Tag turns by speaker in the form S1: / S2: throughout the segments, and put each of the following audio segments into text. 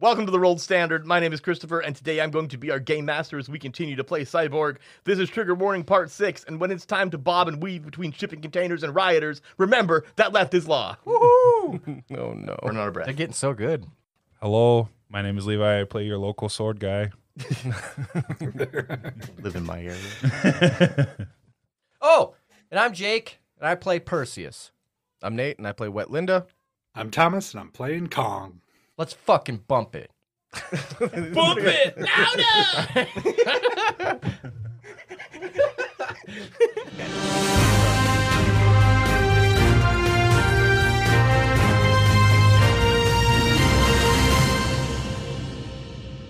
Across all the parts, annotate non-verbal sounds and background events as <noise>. S1: Welcome to the Rolled Standard. My name is Christopher, and today I'm going to be our game master as we continue to play Cyborg. This is Trigger Warning Part 6, and when it's time to bob and weave between shipping containers and rioters, remember that left is law.
S2: <laughs> Oh no.
S1: We're not a breath.
S3: They're getting so good.
S4: Hello, my name is Levi. I play your local sword guy.
S1: <laughs> Live in my area.
S4: <laughs>
S3: Oh, and I'm Jake, and I play Perseus.
S2: I'm Nate and I play Wet Linda.
S5: I'm Thomas and I'm playing Kong.
S3: Let's fucking bump it.
S1: Bump it! <laughs>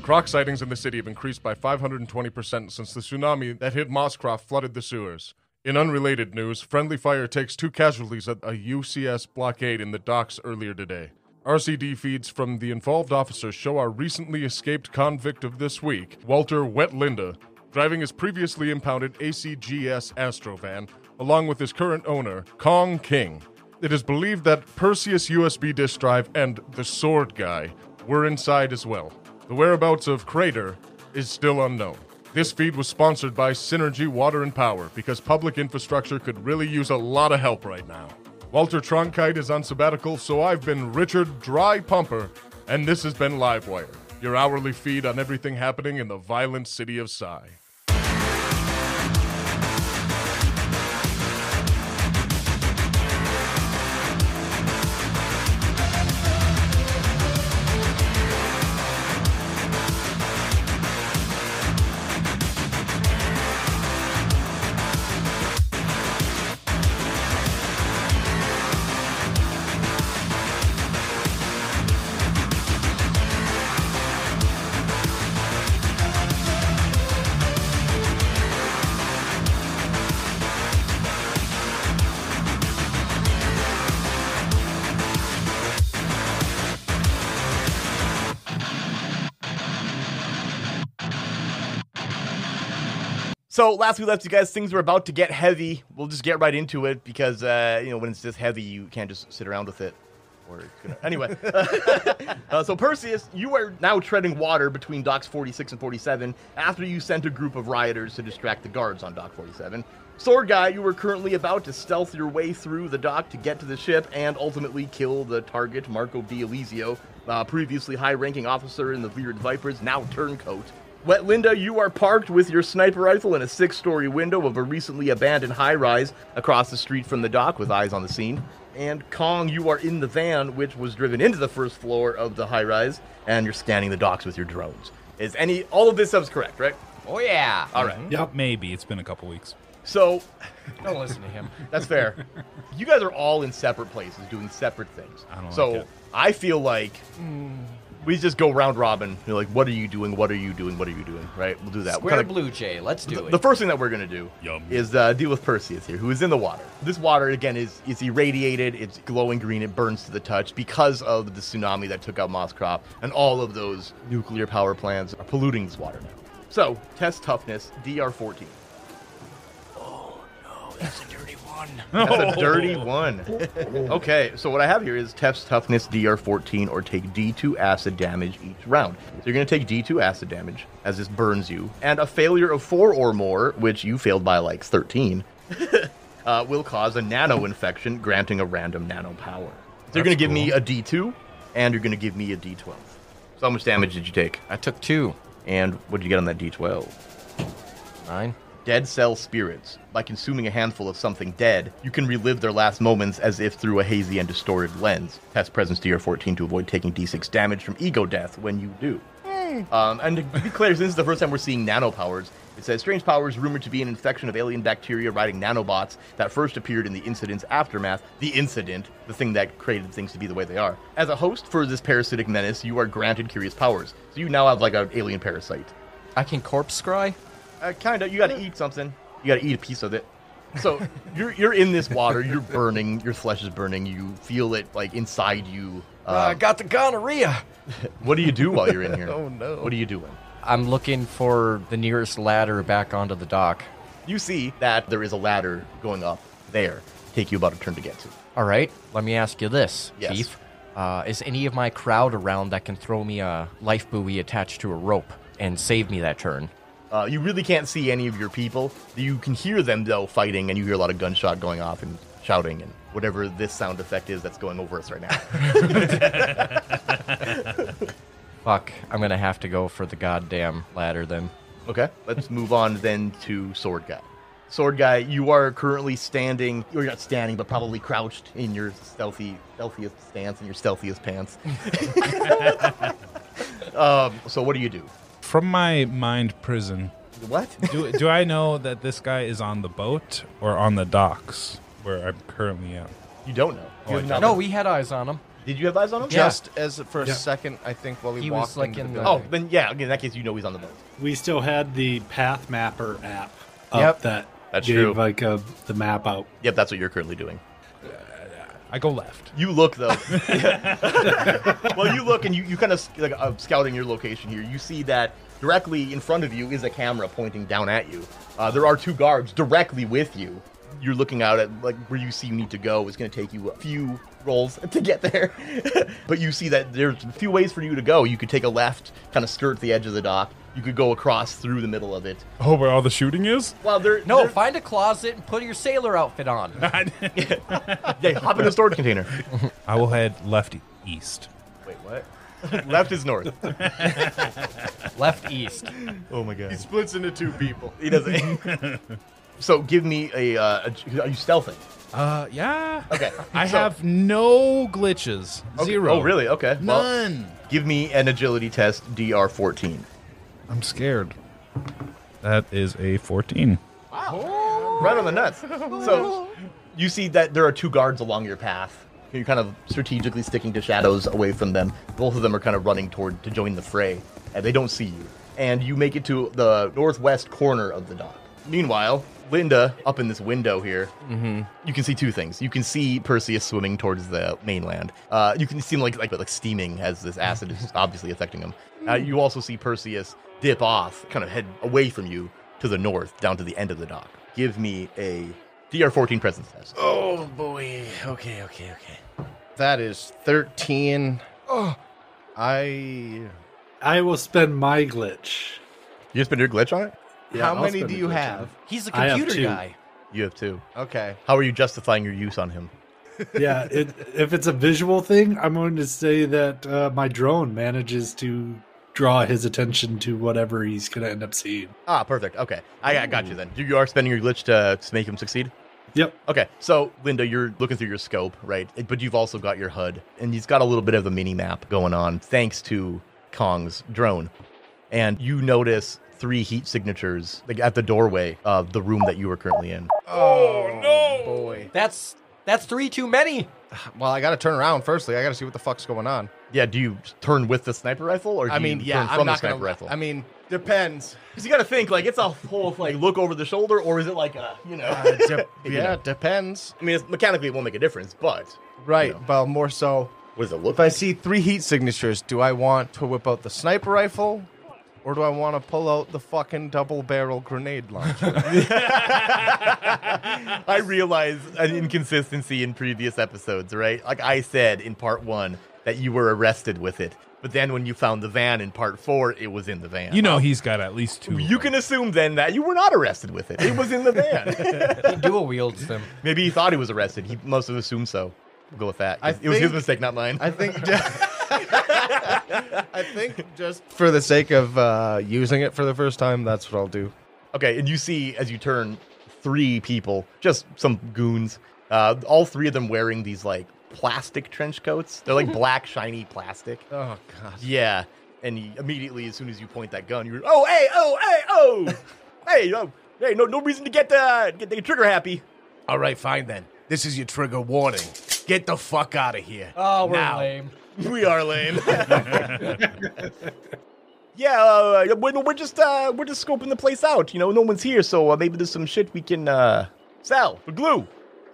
S6: Croc sightings in the city have increased by 520% since the tsunami that hit Moscroft flooded the sewers. In unrelated news, friendly fire takes two casualties at a UCS blockade in the docks earlier today. RCD feeds from the involved officers show our recently escaped convict of this week, Walter Wet Linda, driving his previously impounded ACGS Astrovan, along with his current owner, Kong King. It is believed that Perseus USB disk drive and the Sword Guy were inside as well. The whereabouts of Crater is still unknown. This feed was sponsored by Synergy Water and Power because public infrastructure could really use a lot of help right now. Walter Cronkite is on sabbatical, so I've been Richard Dry Pumper, and this has been Livewire, your hourly feed on everything happening in the violent city of Psy.
S1: So last we left you guys, things were about to get heavy. We'll just get right into it because uh, you know when it's this heavy, you can't just sit around with it. Or it's gonna... anyway. <laughs> uh, so Perseus, you are now treading water between docks 46 and 47 after you sent a group of rioters to distract the guards on dock 47. Sword guy, you were currently about to stealth your way through the dock to get to the ship and ultimately kill the target, Marco D. Elisio, uh, previously high-ranking officer in the Leered Vipers, now turncoat. Wet Linda, you are parked with your sniper rifle in a six story window of a recently abandoned high rise across the street from the dock with eyes on the scene. And Kong, you are in the van which was driven into the first floor of the high rise, and you're scanning the docks with your drones. Is any all of this stuff's correct, right?
S3: Oh yeah.
S1: All right.
S5: Yep.
S4: Maybe it's been a couple weeks.
S1: So
S3: Don't listen to him.
S1: <laughs> That's fair. you guys are all in separate places doing separate things.
S4: I don't
S1: so
S4: like it.
S1: I feel like we just go round robin. You're like, what are you doing? What are you doing? What are you doing? Right? We'll do that.
S3: Square
S1: We'll kinda-
S3: Blue Jay. Let's do
S1: the,
S3: it.
S1: the first thing that we're gonna do
S4: Yum.
S1: is uh, deal with Perseus here, who is in the water. This water again is is irradiated, it's glowing green, it burns to the touch because of the tsunami that took out Moskrop, and all of those nuclear power plants are polluting this water now. So test toughness, DR fourteen.
S3: <laughs>
S1: That's a dirty one. <laughs> okay, so what I have here is Tef's toughness DR14 or take D2 acid damage each round. So you're going to take D2 acid damage as this burns you, and a failure of 4 or more, which you failed by like 13, <laughs> uh, will cause a nano infection, granting a random nano power. So you're going to give me a D2, and you're going to give me a D12. So how much damage did you take?
S3: I took two.
S1: And what did you get on that D12?
S3: Nine.
S1: dead cell spirits. By consuming a handful of something dead, you can relive their last moments as if through a hazy and distorted lens. Test presence DR14 to avoid taking D6 damage from ego death when you do. Um, and to be clear, since this is the first time we're seeing nanopowers, it says strange powers rumored to be an infection of alien bacteria riding nanobots that first appeared in the incident's aftermath. The incident, the thing that created things to be the way they are. As a host for this parasitic menace, you are granted curious powers. So you now have like an alien parasite.
S3: I can corpse scry.
S1: Uh, kind of. You got to eat something. You got to eat a piece of it. So <laughs> you're you're in this water. You're burning. Your flesh is burning. You feel it like inside you.
S3: Uh, I
S1: Uh,
S3: got the gonorrhea.
S1: <laughs> what do you do while you're in here?
S2: <laughs> Oh, no.
S1: What are you doing?
S3: I'm looking for the nearest ladder back onto the dock.
S1: You see that there is a ladder going up there. Take you about a turn to get to.
S3: All right. Let me ask you this,
S1: Yes.
S3: Chief. Uh, is any of my crowd around that can throw me a life buoy attached to a rope and save me that turn?
S1: Uh, you really can't see any of your people. You can hear them though fighting, and you hear a lot of gunshot going off and shouting and whatever this sound effect is that's going over us right now.
S3: <laughs> Fuck, I'm gonna have to go for the goddamn ladder then.
S1: Okay, let's move on then to Sword Guy. Sword Guy, you are currently standing, or you're not standing, but probably crouched in your stealthy, stealthiest stance and your stealthiest
S3: <laughs>
S1: pants. <laughs> um, so what do you do?
S4: From my mind prison,
S1: What?
S4: do, do I know that this guy is on the boat or on the docks where I'm currently at?
S1: You don't know.
S4: Oh,
S1: You
S4: I
S1: have
S4: don't.
S1: not-
S3: No, we had eyes on him.
S1: Did you have eyes on him?
S2: Just as for a
S5: Yeah.
S2: second, I think while he,
S3: He was,
S2: walked
S3: like,
S2: into
S3: in
S2: the
S3: the-
S1: Oh, then yeah. okay, In that case, you know he's on the boat.
S5: We still had the Path Mapper app up
S2: Yep.
S5: that
S1: That's
S5: gave
S1: true.
S5: like a, the map out.
S1: Yep, that's what you're currently doing.
S4: I go left.
S1: You
S5: <laughs>
S1: look though. <laughs> well, you look and you, you kind of like uh, scouting your location here. You see that directly in front of you is a camera pointing down at you. Uh, there are two guards directly with you. You're looking out at like where you see you need to go. It's going to take you a few rolls <laughs> to get there, but you see that there's a few ways for you to go. You could take a left, kind of skirt the edge of the dock. You could go across through the middle of it.
S4: Oh, where all the shooting is?
S1: Well, there
S3: No,
S1: there-
S3: Oh, find a closet and put your sailor outfit on.
S5: <laughs>
S1: yeah, hop in a storage container.
S4: <laughs> I will head left east.
S1: Wait, <laughs> what? Left is north.
S3: <laughs> Left east.
S1: Oh my god.
S6: He splits into two people.
S1: He doesn't. <laughs> so give me a, uh, a- Are you stealthing?
S4: Uh, yeah.
S1: Okay.
S4: I
S1: So-
S4: have no glitches.
S1: okay.
S4: Zero.
S1: Oh, really? Okay. Well,
S4: None.
S1: give me an agility test, DR 14.
S4: I'm scared. That is a 14.
S1: Right on the nuts. So you see that there are two guards along your path. You're kind of strategically sticking to shadows away from them. Both of them are kind of running toward to join the fray, and they don't see you. And you make it to the northwest corner of the dock. Meanwhile, Linda, up in this window here, you can see two things. You can see Perseus swimming towards the mainland. Uh, you can see him like like like steaming as this acid is obviously affecting him. Uh, you also see Perseus dip off, kind of head away from you to the north, down to the end of the dock. Give me a DR14 presence test.
S2: Oh boy. Okay, okay, okay. That is 13. Oh. I
S5: I will spend my glitch.
S1: You just been your glitch on it.
S5: Yeah,
S2: How
S5: I'll
S2: many
S5: spend
S2: do
S5: a
S2: you
S5: glitch
S2: have?
S3: He's a
S5: I have
S3: computer
S5: two.
S3: guy.
S1: You have two.
S2: Okay.
S1: How are you justifying your use on him?
S5: on it. yeah, it, if it's a visual thing, I'm going to say that uh, my drone manages to draw his attention to whatever he's going to end up seeing.
S1: Ah, perfect. Okay, I got, got you then. You you are spending your glitch to, to make him succeed.
S5: Yep.
S1: Okay, so Linda, you're looking through your scope, right? But you've also got your HUD, and he's got a little bit of a mini map going on thanks to Kong's drone. And you notice three heat signatures like at the doorway of the room that you were currently in.
S2: Oh, no. Boy.
S3: That's that's three too many.
S2: Well, I got to turn around firstly. I got to see what the fuck's going on.
S1: Yeah, do you turn with the sniper rifle, or do
S2: I mean,
S1: you
S2: yeah,
S1: turn from
S2: I'm
S1: the
S2: not
S1: sniper
S2: going to
S1: rifle?
S2: I mean, depends.
S1: because you got to think like it's a whole like look over the shoulder, or is it like a you know?
S2: Uh,
S1: <laughs>
S2: de-
S1: You
S2: yeah,
S1: know.
S2: depends.
S1: I mean, it's, mechanically it won't make a difference, but
S2: Right.
S1: You know.
S2: Well, more so
S1: what does it look
S2: If I
S1: like?
S2: see three heat signatures, do I want to whip out the sniper rifle? Or do I want to pull out the fucking double barrel grenade launcher?
S1: <laughs> I realize an inconsistency in previous episodes, right? Like I said in part one that you were arrested with it, but then when you found the van in part four, it was in the van.
S4: You know he's got at least two.
S1: You can assume then that you were not arrested with it. It was in the van.
S3: He dual wields them.
S1: Maybe he thought he was arrested. He must have assumed so. We'll go with that.
S2: I
S1: it was his
S2: think-
S1: mistake, not mine.
S2: I think.
S1: <laughs>
S2: I think just for the sake of uh, using it for the first time, that's what I'll do.
S1: Okay, and you see as you turn three people, just some goons, uh, all three of them wearing these like plastic trench coats. They're
S2: <laughs>
S1: like black, shiny plastic.
S2: Oh <laughs> god.
S1: Yeah, and he, immediately as soon as you point that gun, you're oh hey oh hey
S2: <laughs>
S1: oh hey oh, hey no no reason to get uh, get the trigger happy. <laughs>
S2: All right, fine then. This is your trigger warning. Get the fuck out of here.
S3: Oh, we're lame.
S1: We are lame.
S2: <laughs>
S1: yeah, uh, we're, we're just uh, we're just scoping the place out. You know, no one's here, so uh, maybe there's some shit we can uh, sell for glue.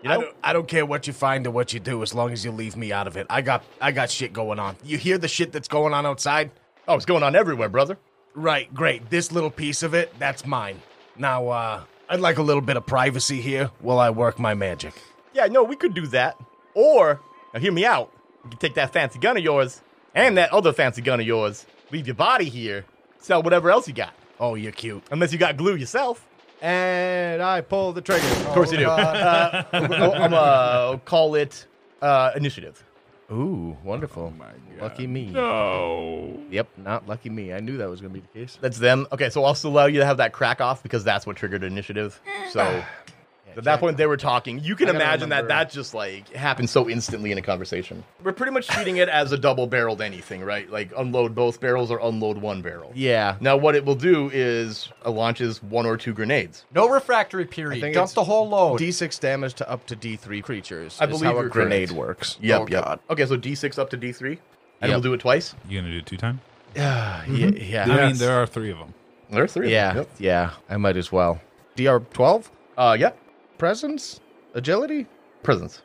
S1: You
S7: I
S1: know,
S7: don't, I don't care what you find or what you do, as long as you leave me out of it. I got, I got shit going on. You hear the shit that's going on outside?
S1: oh, it's going on everywhere, brother.
S7: Right, great. This little piece of it, that's mine. Now, uh, I'd like a little bit of privacy here while I work my magic.
S1: Yeah, no, we could do that. Or now hear me out. You can take that fancy gun of yours and that other fancy gun of yours, leave your body here, sell whatever else you got.
S7: Oh, you're cute.
S1: Unless you got glue yourself.
S2: And I pull the trigger. Oh, Of
S1: course you do. I'll, I'm, <laughs> uh, call it uh, initiative.
S2: Ooh, wonderful. Lucky me.
S4: No.
S2: Yep, not lucky me. I knew that was going to be the case.
S1: That's them. Okay, so I'll still allow you to have that crack off because that's what triggered initiative. So
S2: <laughs>
S1: at that point, they were talking. You can
S2: I gotta
S1: imagine that
S2: remember.
S1: that just like happened so instantly in a conversation. We're pretty much treating it as a double barreled anything, right? Like unload both barrels or unload one barrel.
S2: Yeah.
S1: Now, what it will do is it launches one or two grenades.
S3: No refractory
S2: I
S3: period.
S2: think
S3: Dump
S2: it's
S3: the whole load.
S2: D6 damage to up to D3 creatures.
S1: I
S2: is
S1: believe
S2: how
S1: you're
S2: a grenade
S1: correct.
S2: works.
S1: Yep,
S2: Oh,
S1: yep.
S2: God.
S1: Okay, so D6 up to D3. And
S2: Yep.
S1: we'll do it twice.
S4: You gonna do two time?
S2: <sighs> Yeah, yeah.
S4: I mean,
S5: Yes.
S4: there are three of them.
S1: Mm-hmm. There are three.
S2: Yeah,
S1: Of them. Yep.
S2: yeah. I might as well. DR 12?
S1: Uh, yeah.
S2: Presence? Agility?
S1: Presence.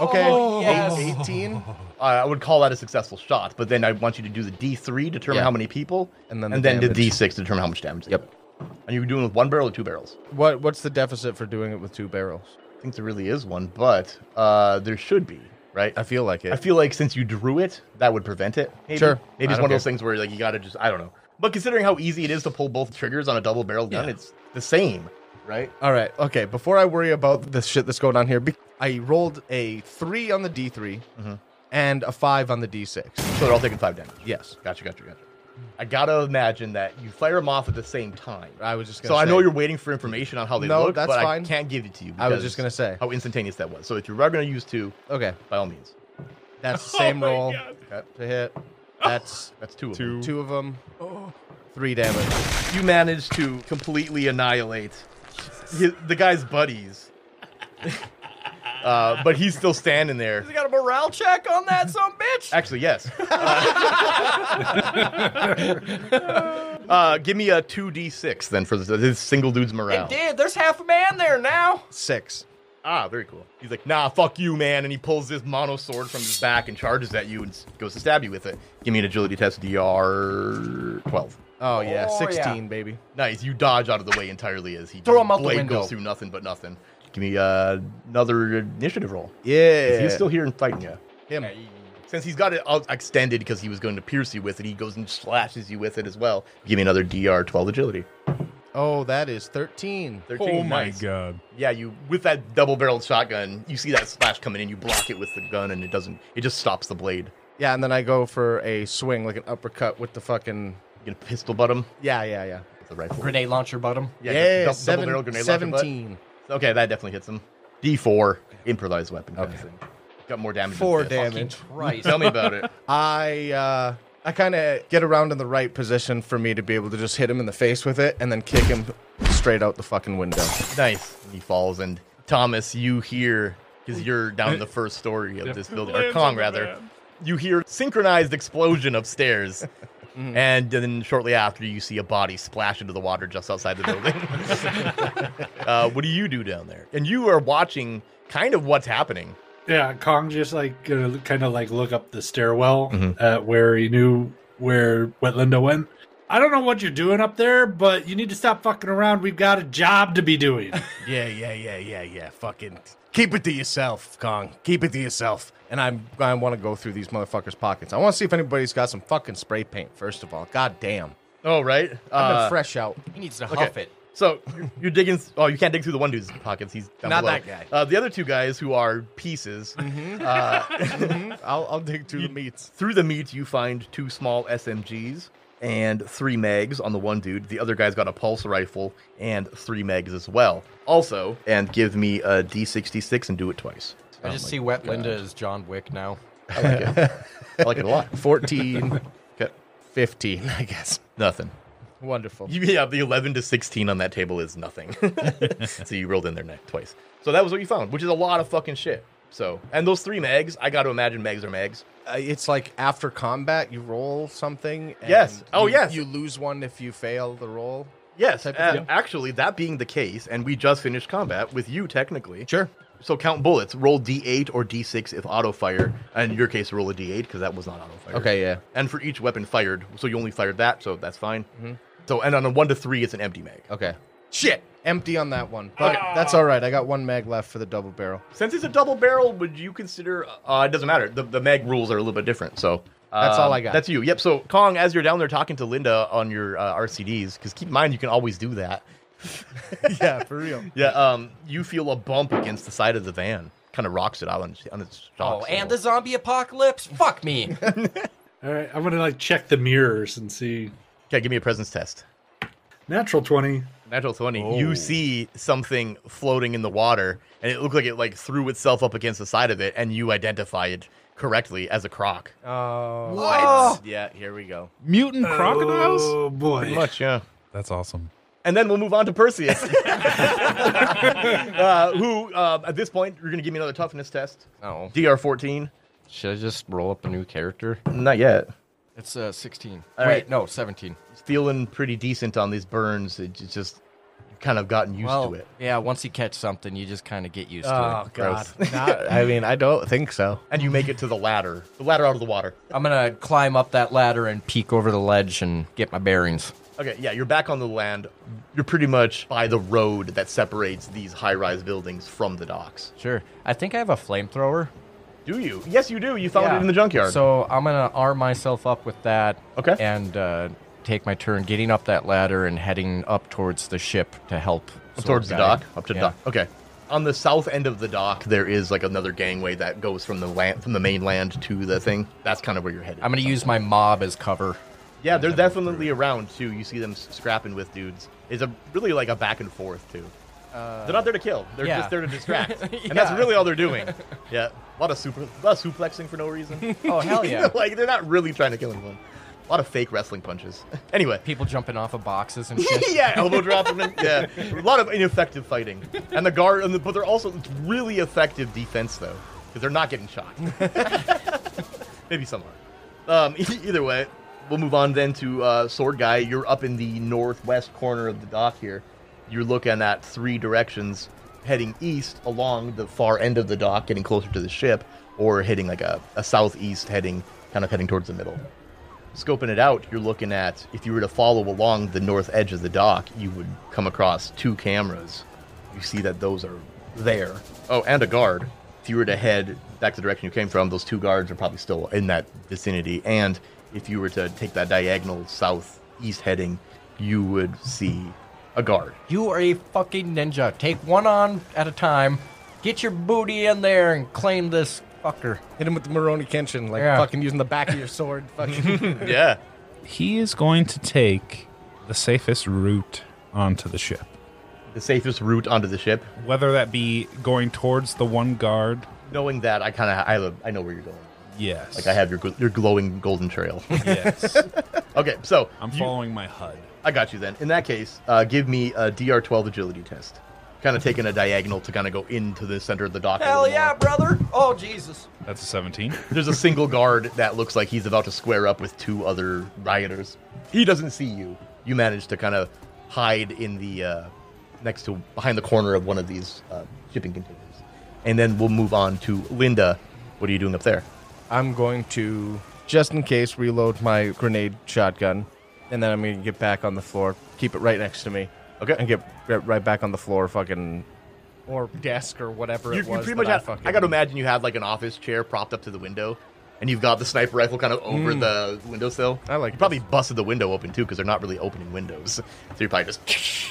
S2: Okay.
S3: Oh,
S2: Eight-
S3: yes.
S2: 18?
S1: <laughs> Uh, I would call that a successful shot, but then I want you to do the D3 determine
S2: Yeah.
S1: how many people,
S2: And then the
S1: and then the
S2: damage.
S1: D6 determine how much damage. they
S2: Yep.
S1: do. And you're doing with one barrel or two barrels.
S2: What What's the deficit for doing it with two barrels?
S1: I think there really is one, but uh, there should be, right?
S2: I feel like it.
S1: I feel like since you drew it, that would prevent it. Maybe.
S2: Sure.
S1: Maybe it's
S2: I don't
S1: one of those
S2: care.
S1: things where like you gotta just I don't know. But considering how easy it is to pull both triggers on a double barrel gun, it's the same, right?
S2: All right. Okay. Before I worry about the shit that's going on here, be- I rolled a three on the D3 and a five on the D6.
S1: Mm-hmm. So they're all taking five damage.
S2: Yes.
S1: Gotcha, gotcha, gotcha. I gotta imagine that you fire them off at the same time.
S2: I was just gonna
S1: So I
S2: say-
S1: know you're waiting for information on how they
S2: No,
S1: look,
S2: that's
S1: but
S2: fine.
S1: I can't give it to you.
S2: I was just
S1: because
S2: gonna say.
S1: how instantaneous that was. So if you are going to use two,
S2: Okay.
S1: by all means,
S2: That's <laughs> the same roll
S1: Okay.
S2: to <laughs> hit. That's
S1: that's two. Of
S6: Two.
S1: them.
S2: two of them. Three damage.
S1: You managed to completely annihilate hi- the guy's
S2: <laughs>
S1: buddies, uh, but he's still standing there.
S3: got a morale check on that, some
S1: <laughs>
S3: bitch.
S1: Actually,
S2: <laughs>
S1: yes. Uh, uh, give me a two d six then for this, this single dude's morale.
S3: It did. There's half a man there now.
S2: Six.
S1: Ah, very cool. He's like, nah, fuck you, man. And he pulls this mono sword from his back and charges at you and s- goes to stab you with it. Give me an agility test, DR 12.
S2: Oh yeah,
S3: Oh, yeah.
S2: sixteen, baby.
S1: Nice. You dodge out of the way entirely as he
S3: Throw him out the
S1: blade
S3: window.
S1: goes through nothing but nothing. Give me uh, another initiative roll. 'Cause
S2: Yeah.
S1: He's still here and fighting you.
S2: him.
S1: Since he's got it out extended because he was going to pierce you with it, he goes and slashes you with it as well. Give me another DR 12 agility.
S2: Oh, that is thirteen.
S1: 13,
S4: Oh my
S1: nice.
S4: god.
S1: Yeah, you with that double-barreled shotgun, you see that slash coming in, you block it with the gun, and it doesn't. It just stops the blade.
S2: Yeah, and then I go for a swing, like an uppercut with the fucking.
S1: You gonna pistol butt him
S2: Yeah, yeah, yeah.
S1: with the rifle.
S3: Grenade launcher bottom.
S1: Yeah,
S2: yeah,
S1: dou- double
S2: seven-
S1: barrel grenade launcher butt.
S2: seventeen.
S1: Okay, that definitely hits him. D four improvised weapon. Kind of thing. Got more damage. than
S2: Four
S1: fist.
S2: damage.
S3: Christ.
S1: Tell me about it.
S2: <laughs> I uh, I kind of get around in the right position for me to be able to just hit him in the face with it and then kick him straight out the fucking window.
S1: Nice. He falls, and Thomas, you hear because you're down in the first story of this building, or
S4: Lands on
S1: Kong
S4: the
S1: rather.
S4: van.
S1: You hear synchronized explosion
S2: <laughs>
S1: upstairs,
S2: Mm-hmm.
S1: and then shortly after, you see a body splash into the water just outside the
S2: <laughs>
S1: building. <laughs> uh, what do you do down there? And you are watching kind of what's happening.
S5: Yeah, Kong just like gonna kind of like look up the stairwell at where he knew where Wetlinda went. I don't know what you're doing up there, but you need to stop fucking around. We've got a job to be doing.
S1: <laughs>
S7: Yeah, yeah, yeah, yeah, yeah. Fucking keep it to yourself, Kong. Keep it to yourself.
S2: And I'm I want to go through these motherfuckers' pockets. I want to see if anybody's got some fucking spray paint. First of all, god damn,
S1: Oh, right.
S2: I've been
S1: Uh,
S2: fresh out.
S3: He needs to
S1: Okay.
S3: huff it.
S1: So you're, you're digging. Oh, you can't dig through the one dude's pockets. He's down
S2: Not
S1: below.
S2: that guy. Mm-hmm.
S1: Uh, the other two guys who are pieces. uh,
S2: <laughs> I'll, I'll dig through the meats.
S1: Through the meat, you find two small SMGs and three mags on the one dude. The other guy's got a pulse rifle and three mags as well. Also, and give me a D66 and do it twice.
S3: I just see Wet Linda as John Wick now.
S1: Oh I like
S3: <laughs>
S1: it. I like it a
S2: <laughs>
S1: lot.
S2: 14,
S1: <laughs> Okay.
S2: 15, I guess.
S1: Nothing.
S6: <laughs>
S2: Wonderful. <laughs>
S1: You, yeah, the 11 to 16 on that table is nothing. <laughs> so you rolled in there net twice. So that was what you found, which is a lot of fucking shit. So, and those three mags, I got to imagine mags are mags.
S2: Uh, it's like after combat, you roll something. And
S1: Yes. Oh,
S2: you-
S1: yes.
S2: You lose one if you fail the roll.
S1: Yes,
S2: Type of
S1: uh,
S2: thing.
S1: actually, that being the case, and we just finished combat with you technically.
S2: Sure.
S1: So count bullets, roll d8 or d6 if auto fire. And in your case, roll a d8 because that was not auto fire.
S2: Okay. Yeah.
S1: And for each weapon fired, so you only fired that, so that's fine. So, and on a 1 to 3, it's an empty mag.
S2: Mm-hmm. Okay.
S7: Shit.
S2: Empty on that one. But
S1: Oh.
S2: that's all right. I got one mag left for the double barrel.
S1: Since it's a double barrel, would you consider? Uh, it doesn't matter. The, the mag rules are a little bit different, so uh,
S2: That's all I got.
S1: That's you. Yep. So Kong, as you're down there talking to Linda on your uh, RCDs, because keep in mind you can always do that.
S2: <laughs> yeah, for real.
S1: Yeah. Um, you feel a bump against the side of the van, kind of rocks it out on, on its
S3: Oh,
S1: stalks.
S3: and the zombie apocalypse?
S1: <laughs>
S3: Fuck me.
S5: All right, I'm gonna like check the mirrors and see.
S1: okay. Give me a presence test.
S5: Natural twenty.
S1: Natural twenty.
S5: Oh.
S1: You see something floating in the water, and it looked like it like threw itself up against the side of it, and you identify it correctly as a croc.
S3: Oh.
S1: What? Uh, Yeah. Here we go.
S4: Mutant crocodiles?
S5: Oh boy.
S1: Much. Yeah.
S4: Oh, That's awesome.
S1: and then we'll move on to
S4: <laughs>
S1: Perseus, <laughs> uh, who uh, at this point you're going to give me another toughness test.
S3: Oh.
S1: DR 14.
S3: Should I just roll up a new character?
S1: Not yet.
S3: It's uh, 16.
S1: All
S3: Wait,
S1: right.
S3: no, 17.
S1: Feeling pretty decent on these burns. It j- just kind of gotten used
S3: well,
S1: to it.
S3: yeah, once you catch something, you just kind of get used to
S2: Oh
S3: it.
S2: God.
S1: Gross. <laughs>
S2: Not- I mean, I don't think so.
S1: And you make it to the ladder, the ladder out of the water.
S3: I'm going to climb up that ladder and peek over the ledge and get my bearings.
S1: Okay, yeah, you're back on the land. You're pretty much by the road that separates these high rise buildings from the docks.
S3: Sure. I think I have a flamethrower.
S1: Do you? Yes, you do. You found
S3: Yeah.
S1: it in the junkyard.
S3: So I'm going to arm myself up with that.
S1: Okay.
S3: And uh, take my turn getting up that ladder and heading up towards the ship to help. Sword
S1: towards the
S3: Guy.
S1: dock, up to the
S3: Yeah.
S1: dock. Okay. On the south end of the dock, there is like another gangway that goes from the land, from the mainland to the thing. That's kind of where you're headed.
S3: I'm going to use my mob as cover.
S1: yeah, they're definitely around too. You see them s- scrapping with dudes. It's a really like a back and forth too. they're not there to kill. They're
S3: Uh, yeah.
S1: just
S3: <laughs>
S1: there to distract, and that's
S3: Yeah.
S1: really all they're
S3: <laughs>
S1: doing. Yeah, a lot of super, a lot of suplexing for no reason. <laughs>
S3: Oh, hell yeah.
S1: like they're not really trying to kill anyone. A lot of fake wrestling punches. <laughs> anyway,
S3: People jumping off of
S1: <laughs>
S3: boxes and shit.
S1: yeah, elbow
S3: <laughs>
S1: dropping. and- <laughs> Yeah, a lot of ineffective fighting, and the guard, and the, but they're also it's really effective defense though, because they're not getting shot. <laughs> Maybe some are. Um, <laughs> e- either way, we'll move on then to uh, sword guy. You're up in the northwest corner of the dock here. You're looking at three directions, heading east along the far end of the dock, getting closer to the ship, or hitting like a, a southeast heading, kind of heading towards the middle scoping it out, you're looking at if you were to follow along the north edge of the dock, you would come across two cameras. You see that those are there. Oh, and a guard. If you were to head back the direction you came from, those two guards are probably still in that vicinity. And if you were to take that diagonal southeast heading, you would see a guard.
S3: You are a fucking ninja. Take one on at a time. Get your booty in there and claim this fucker.
S2: Hit him with the Moroni Kenshin, like
S3: Yeah.
S2: fucking using the back of
S3: <laughs>
S2: your sword.
S1: <laughs>
S2: Fucking.
S1: Yeah.
S4: He is going to take the safest route onto the ship.
S1: The safest route onto the ship.
S4: Whether that be going towards the one guard.
S1: Knowing that, I kind of I, have a- I know where you're going.
S4: Yes.
S1: Like I have your gl- your glowing
S4: <laughs>
S1: golden trail.
S2: <laughs>
S4: Yes.
S1: okay, so
S4: I'm
S1: you-
S4: following my HUD.
S1: I got you then. In that case, uh, give me a DR12 agility test. Kind of taking a diagonal to kind of go into the center of the dock. a
S3: Hell
S1: little
S3: yeah,
S1: more.
S3: brother. Oh, Jesus.
S4: That's a 17.
S1: There's a single guard that looks like he's about to square up with two other rioters. He doesn't see you. You manage to kind of hide in the uh, next to behind the corner of one of these uh, shipping containers. And then we'll move on to Linda. What are you doing up there?
S2: I'm going to, just in case, reload my grenade shotgun, and then I'm going to get back on the floor. Keep it right next to me.
S1: Okay.
S2: And get r- right back on the floor, fucking. Or desk or whatever
S1: You,
S2: it
S1: you
S2: was.
S1: pretty much
S2: that
S1: have,
S2: fucking-
S1: I got to imagine you have like an office chair propped up to the window, and you've got the sniper rifle kind of over the windowsill.
S2: Mm. I like
S1: You probably busted the window open too because they're not really opening windows, <laughs> so you probably just. <laughs>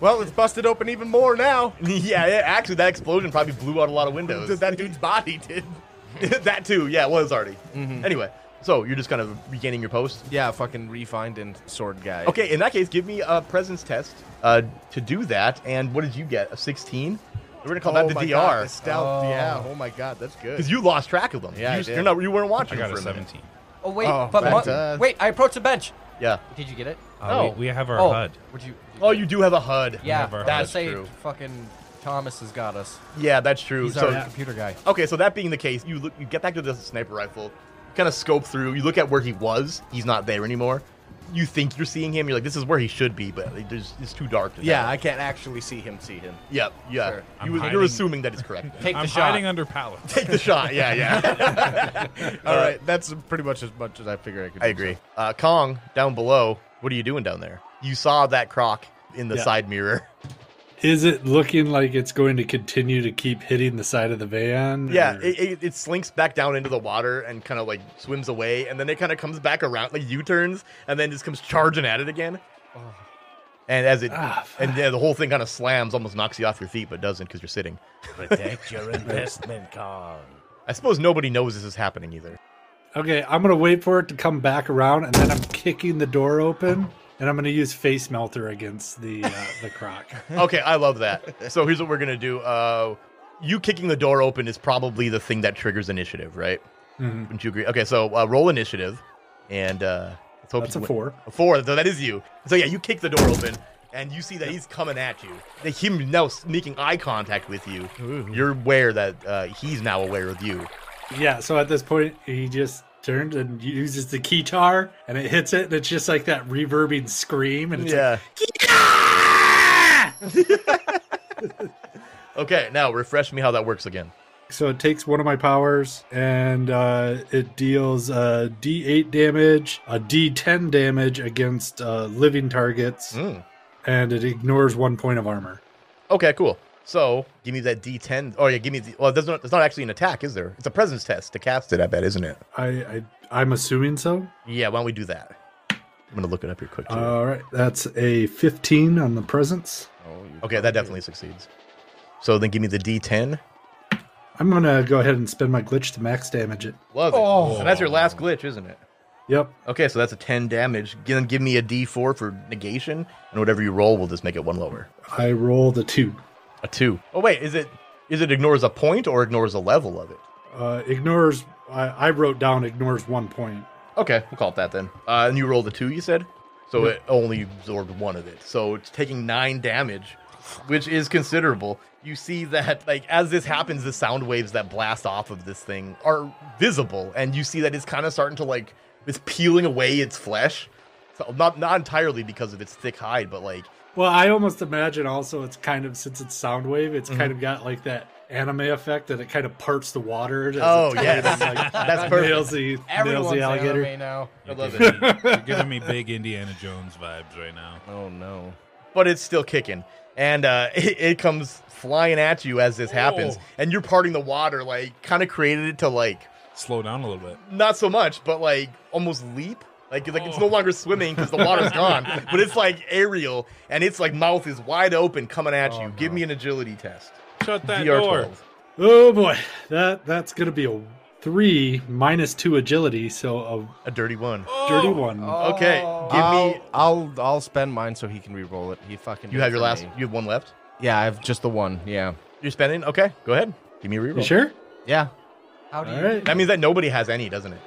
S2: Well, it's busted open even more now.
S1: yeah, yeah, actually, that explosion probably blew out a lot of windows.
S2: That dude's body did.
S1: <laughs>
S2: <laughs>
S1: that too, yeah, it was already. Anyway, so you're just kind of regaining your post.
S2: Mm-hmm. Yeah, fucking refined and sword guy.
S1: Okay, in that case, give me a presence test uh, to do that. And what did you get? A 16. We're gonna
S2: Oh,
S1: call that the
S2: my God, the
S1: DR
S2: stealth. Yeah. Oh my god, that's good.
S1: because you lost track of them.
S2: Yeah, I
S1: you,
S2: did.
S1: are not. You weren't
S4: I
S1: watching.
S4: got
S1: for
S4: a
S1: a minute.
S4: 17.
S3: Oh, wait.
S2: Oh,
S3: but
S2: but,
S3: mu-
S2: uh,
S3: wait, I approached a bench.
S1: Yeah.
S3: Did you get it?
S1: No.
S4: Oh, we, we have our
S3: oh,
S4: HUD.
S3: Would you? did
S1: Oh,
S3: get
S1: you do have a HUD.
S3: it? Yeah,
S4: have our
S3: I
S1: HUD.
S3: was gonna say
S1: That's true.
S3: fucking Thomas has got us.
S1: Yeah, that's true.
S3: He's
S1: so,
S3: our computer guy.
S1: okay, so that being the case, you look, you get back to the sniper rifle, kind of scope through. You look at where he was. He's not there anymore. You think you're seeing him. You're like, this is where he should be, but it- there's, it's too dark. To
S2: yeah,
S1: tell.
S2: I can't actually see him. See him.
S1: yep, yeah.
S2: Sure.
S1: You,
S4: I'm
S1: you're
S4: hiding.
S1: assuming that it's correct. <laughs>
S3: Take
S4: I'm
S3: the shot.
S4: hiding under pallets. <laughs>
S1: Take the shot. Yeah, yeah.
S2: <laughs>
S1: Uh,
S2: All right, that's pretty much as much as I figure I could.
S1: I
S2: do,
S1: agree.
S2: so.
S1: Uh, Kong down below. What are you doing down there? You saw that croc. in the
S5: Yeah.
S1: side mirror.
S5: Is it looking like it's going to continue to keep hitting the side of the van?
S1: Yeah,
S5: or-
S1: it, it, it slinks back down into the water and kind of like swims away, and then it kind of comes back around, like U turns, and then just comes charging at it again. And as it,
S5: Ah,
S1: and yeah, the whole thing kind of slams, almost knocks you off your feet, but doesn't because you're sitting.
S7: Protect your investment, Kong.
S1: <laughs> I suppose nobody knows this is happening either.
S5: okay, I'm gonna wait for it to come back around, and then I'm kicking the door open, and I'm gonna use face melter against the
S1: <laughs>
S5: uh, the croc.
S1: Okay, I love that. So here's what we're gonna do. Uh, you kicking the door open is probably the thing that triggers initiative, right?
S5: Mhm.
S1: Wouldn't you agree? Okay, so uh, roll initiative, and uh, let's hope
S5: That's
S1: you
S5: a
S1: win.
S5: four.
S1: A four, though that is you. So yeah, you kick the door open, and you see that he's coming at you. That Him now making eye contact with you. You're aware that uh, he's now aware of you.
S5: Yeah, so at this point, he just turned and uses the keytar, and it hits it, and it's just like that reverbing scream, and it's like,
S1: okay, now refresh me how that works again.
S5: So it takes one of my powers and uh, it deals uh, D8 damage, a D10 damage against uh, living targets,
S1: Mm.
S5: and it ignores one point of armor.
S1: Okay, cool. So give me that D10. Oh yeah, give me. The, well, there's not. It's not actually an attack, is there? It's a presence test to cast it. I bet, isn't it?
S5: I, I I'm assuming so.
S1: Yeah. Why don't we do that? I'm gonna look it up here quick. Too.
S5: All right, that's a 15 on the presence.
S1: okay, that definitely succeeds. So then give me the D10.
S5: I'm gonna go ahead and spend my glitch to max damage it.
S1: Love it. Oh. So that's your last glitch, isn't it?
S5: Yep.
S1: Okay, so that's a 10 damage. Then give me a d4 for negation, and whatever you roll will just make it one lower.
S5: I roll the two.
S1: A 2. Oh, wait, is it is it ignores a point or ignores a level of it?
S5: Uh, ignores. I, I wrote down ignores one point.
S1: Okay, we'll call it that then. Uh, and you rolled a 2, you said? So it only absorbed one of it. So it's taking 9 damage, which is considerable. You see that, like, as this happens, the sound waves that blast off of this thing are visible, and you see that it's kind of starting to, like, it's peeling away its flesh. So not, not entirely because of its thick hide, but, like,
S5: Well, I almost imagine also it's kind of since it's sound wave, it's
S1: Mm-hmm.
S5: kind of got like that anime effect that it kind of parts the water. as it
S1: Oh,
S5: kind
S1: yeah,
S5: of,
S1: that's-
S5: like, <laughs>
S1: <laughs> that's perfect.
S5: Nails the, nails
S3: Everyone's
S5: the alligator.
S3: anime now.
S1: I love it.
S4: You're giving me- you're giving
S1: <laughs>
S4: me big Indiana Jones vibes right now.
S2: Oh no.
S1: but it's still kicking. And uh, <laughs> it, it comes flying at you as this happens,
S4: Oh.
S1: and you're parting the water, like kind of created it to like
S4: Slow down a little bit.
S1: not so much, but like almost leap. Like, like
S4: Oh.
S1: it's no longer swimming because the water's gone,
S4: <laughs>
S1: but it's like aerial, and it's like mouth is wide open coming at you. Give me an agility test.
S4: Oh, Shut that door.
S1: DR12.
S5: <laughs> Oh boy, that that's gonna be a three minus two agility, so a
S1: A dirty one.
S5: dirty one.
S1: Okay, Oh, give
S4: Uh,
S2: I'll,
S1: me.
S2: I'll I'll spend mine so he can re-roll it. He fucking.
S1: You
S2: did
S1: have your
S2: for
S1: last.
S2: me.
S1: You have one left.
S2: Yeah, I have just the one. Yeah.
S1: You're spending. Okay, go ahead. Give me a reroll.
S5: You sure?
S2: Yeah.
S3: How do
S5: All
S3: you?
S5: right.
S1: That means that nobody has any, doesn't it?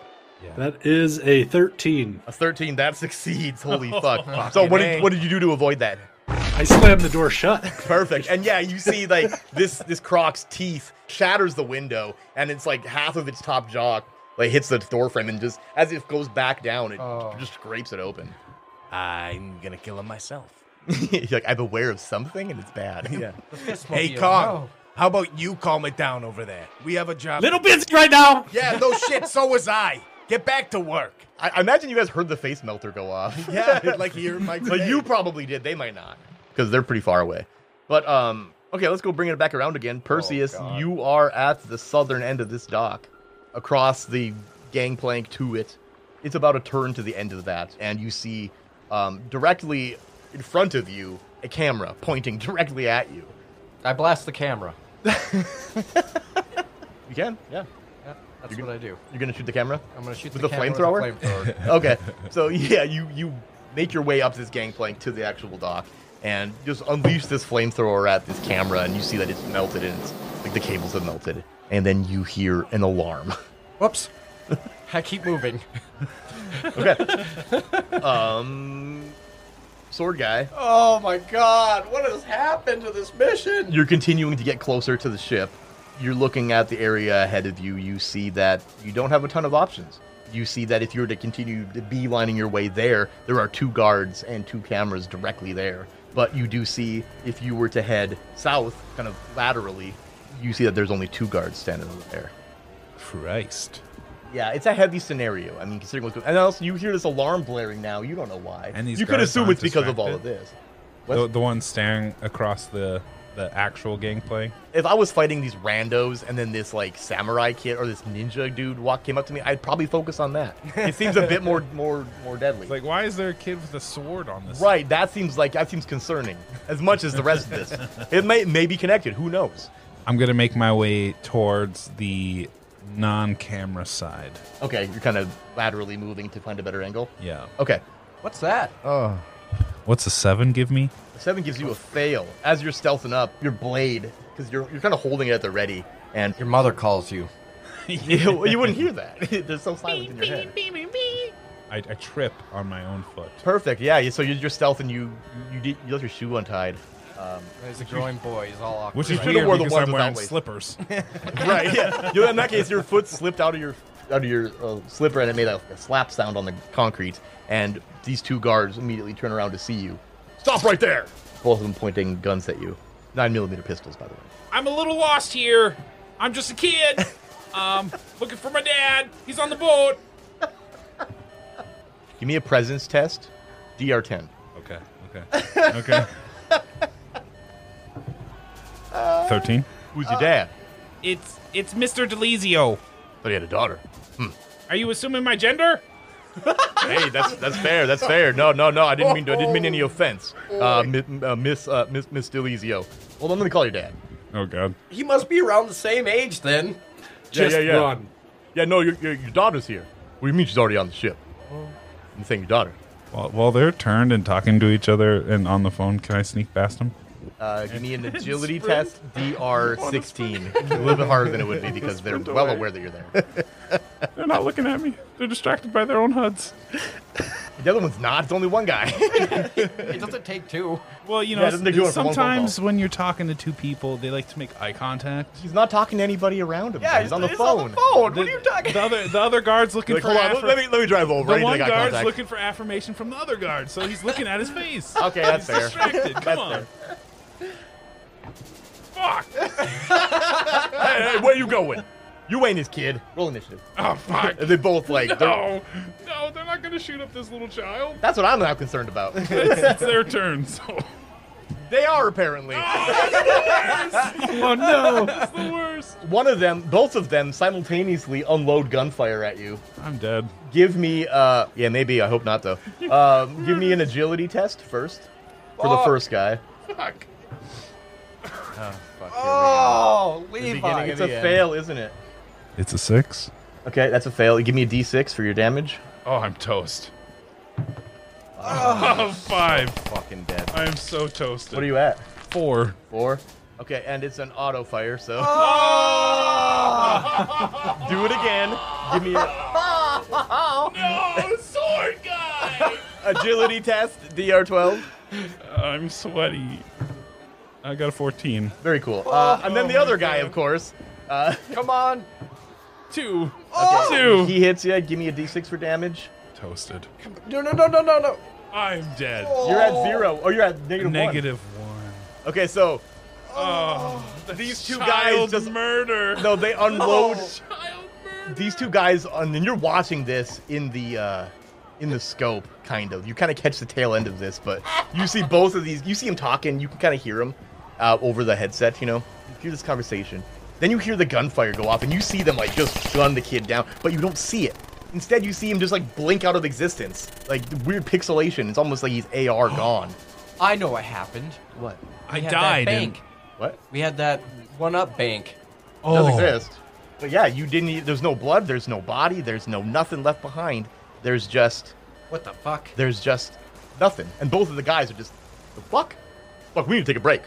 S5: That is a thirteen.
S1: A 13 that succeeds. Holy fuck! So what did, what did you do to avoid that?
S5: I slammed the door shut.
S1: <laughs> Perfect. And yeah, you see like this this croc's teeth shatters the window and it's like half of its top jaw like hits the door frame and just as <laughs> it goes back down it
S3: Oh.
S1: just scrapes it open.
S7: I'm gonna kill him myself.
S1: You're like I'm aware of something and it's bad. <laughs> Yeah.
S3: This must
S7: Hey,
S3: be a-
S7: Kong, how about you calm it down over there? We have a job.
S5: Little busy right now.
S7: Yeah,
S1: <laughs>
S7: no shit. So was I. Get back to work.
S1: I, I imagine you guys heard the face melter go off.
S7: <laughs> Yeah,
S1: <laughs>
S7: like here, Mike.
S1: But you probably did, they might not. Because they're pretty far away. But um okay, let's go bring it back around again. Perseus,
S7: Oh,
S1: you are at the southern end of this dock. Across the gangplank to it. It's about a turn to the end of that, and you see um, directly in front of you a camera pointing <laughs> directly at you.
S3: I blast the camera.
S1: You can? Yeah.
S3: Yeah, that's what I do.
S1: You're gonna shoot the camera?
S3: I'm gonna shoot
S1: With
S3: the,
S1: the
S3: camera
S1: flamethrower?
S3: With the
S1: <laughs>
S3: flamethrower.
S1: okay. So yeah, you you make your way up this gangplank to the actual dock and just unleash this flamethrower at this camera, and you see that it's melted and it's like the cables have melted, and then you hear an <laughs> alarm.
S3: Whoops. <laughs> I keep moving.
S1: Um, Sword guy,
S3: Oh my god, what has happened to this
S1: <laughs>
S3: mission?
S1: you're continuing to get closer to the ship. You're looking at the area ahead of you. You see that you don't have a ton of options. You see that if you were to continue to beelining your way there, there are two guards and two cameras directly there. But you do see if you were to head south, kind of laterally, you see that there's only two guards standing over there.
S4: Christ.
S1: Yeah, it's a heavy scenario. I mean, considering what's going, and also you hear this alarm blaring now. You don't know why.
S4: And these
S1: you could
S4: guards
S1: assume
S4: aren't
S1: it's because of all of
S4: distracted?
S1: this.
S4: The, the one staring across the the actual gangplank.
S1: If I was fighting these randos and then this like samurai kid or this ninja dude walk came up to me, I'd probably focus on <laughs> that. It seems a bit more more more deadly.
S4: Like, why is there a kid with a sword on this?
S1: Right, that seems like that seems concerning as much as the rest of this.
S4: <laughs>
S1: It may may be connected. Who knows?
S4: I'm gonna make my way towards the non-camera side.
S1: Okay, you're kind of laterally moving to find a better angle.
S4: Yeah.
S1: Okay,
S3: What's that?
S2: Oh,
S4: What's a seven give me?
S1: Uh, seven gives you a fail as you're stealthing up. Your blade, because you're you're kind of holding it at the ready, and
S3: Your mother
S4: <laughs>
S3: calls you.
S1: <laughs> you, you wouldn't hear that. <laughs> They're so silent in your head.
S4: I, I trip on my own foot.
S1: Perfect. Yeah. you- So you're just stealth and you you did you left your shoe untied. Um,
S3: There's a growing boy. He's all awkward.
S4: Which is
S1: Right.
S4: weird
S1: Should've wore the
S4: because
S1: ones
S4: I'm
S1: without
S4: wearing
S1: waist.
S4: slippers. <laughs>
S1: <laughs> right. Yeah. You know, in that case, your foot slipped out of your out of your uh, slipper and it made a, a slap sound on the concrete. And these two guards immediately turn around to see you. Stop right there! Both of them pointing guns at you. Nine millimeter pistols, by the way.
S8: I'm a little lost here. I'm just a
S1: <laughs>
S8: kid. Um, looking for my dad. He's on the boat.
S1: Give me a presence test. DR10.
S4: okay. Okay. Okay. Thirteen.
S1: Who's your dad?
S4: Uh,
S8: It's it's Mr. Delizio.
S1: But he had a daughter. Hmm.
S8: Are you assuming my gender?
S1: Hey, that's that's fair. That's fair. No, no, no. I didn't mean to, I didn't mean any offense, uh, mi- uh, Miss uh, Miss Miss Delizio. Well, I'm gonna call your dad.
S4: Oh god.
S3: He must be around the same age then.
S5: Just
S1: yeah, yeah.
S5: run.
S1: Yeah, no, your, your, your daughter's here. What do you mean she's already on the ship? I'm saying your daughter.
S4: While, while they're turned and talking to each other and on the phone, can I sneak past them?
S1: Uh, give <laughs> me an agility test, <laughs> DR16. a little bit harder than it would be because they're well aware that you're there.
S4: They're not looking at me. They're distracted by their own HUDs.
S1: <laughs> The other one's not. It's only one guy.
S3: It doesn't take two.
S4: <laughs> Well, you
S1: Yeah,
S4: know,
S1: doesn't they do it for one phone
S4: sometimes when you're talking to two people, they like to make eye contact.
S1: he's not talking to anybody around him.
S3: Yeah,
S1: he's on the
S3: it's
S1: phone.
S3: On the phone. What are you talking?
S4: The other, the other guard's looking
S1: Like,
S4: for.
S1: hold on,
S4: affirm-
S1: let me let me drive over.
S4: the
S1: I need to
S4: one
S1: make eye
S4: guard's
S1: contact.
S4: looking for affirmation from the other guard, so he's looking at his face.
S1: <laughs> Okay, that's
S4: he's
S1: fair.
S4: distracted. Come on. Fuck.
S1: Hey, hey, where you going? You ain't his kid. Roll initiative.
S4: Oh fuck.
S1: And They both like. they're-
S4: No, no, they're not gonna shoot up this little child.
S1: That's what I'm now concerned about.
S4: It's, <laughs> it's their turn. So
S1: they are apparently.
S5: Oh
S1: <laughs>
S5: no!
S4: it's the worst.
S1: One of them, both of them, simultaneously unload gunfire at you.
S4: I'm dead.
S1: Give me, uh, yeah, maybe. I hope not, though. Um, give me an agility test first for the first guy.
S4: Fuck.
S3: Oh, Levi.
S1: Beginning, it's a fail, isn't it?
S4: It's a six.
S1: Okay, that's a fail. Give me a d6 for your damage.
S4: <laughs> Oh, I'm toast. Oh, <laughs> five.
S1: Fucking dead.
S4: I am so toasted.
S1: What are you at?
S4: Four.
S1: Four. Okay, and it's an auto fire, so.
S2: Oh.
S1: <laughs> Do it again. Give me a
S4: No, sword guy.
S1: agility test, DR12.
S4: I'm sweaty. I got a 14.
S1: Very cool. Uh, and then the other guy, of course. Uh, <laughs>
S3: Come on.
S4: Two. Two.
S1: he hits you. Give me a d6 for damage.
S4: Toasted.
S3: No, no, no, no, no, no.
S4: I'm dead.
S1: You're at zero. Oh, you're at negative
S4: Negative one. Oh,
S1: one. Okay, so
S4: These
S1: two guys just-
S4: murder.
S1: no, they unload.
S4: Oh, Child murder.
S1: these two guys and then you're watching this in the uh in the scope kind of you kind of catch the tail end of this but you see both of these you see them talking you can kind of hear them uh, over the headset you know you hear this conversation then you hear the gunfire go off and you see them like just gun the kid down but you don't see it instead you see him just like blink out of existence like weird pixelation it's almost like he's ar gone
S3: <gasps> I know what happened.
S1: what
S4: I
S3: We had
S4: died.
S3: That bank.
S4: and-
S1: what
S3: We had that one up bank.
S1: It
S3: Oh.
S1: does exist. But yeah, you didn't. e- There's no blood. There's no body. There's no nothing left behind. There's just
S3: What the fuck?
S1: there's just nothing. And both of the guys are just the fuck. Fuck. We need to take a break.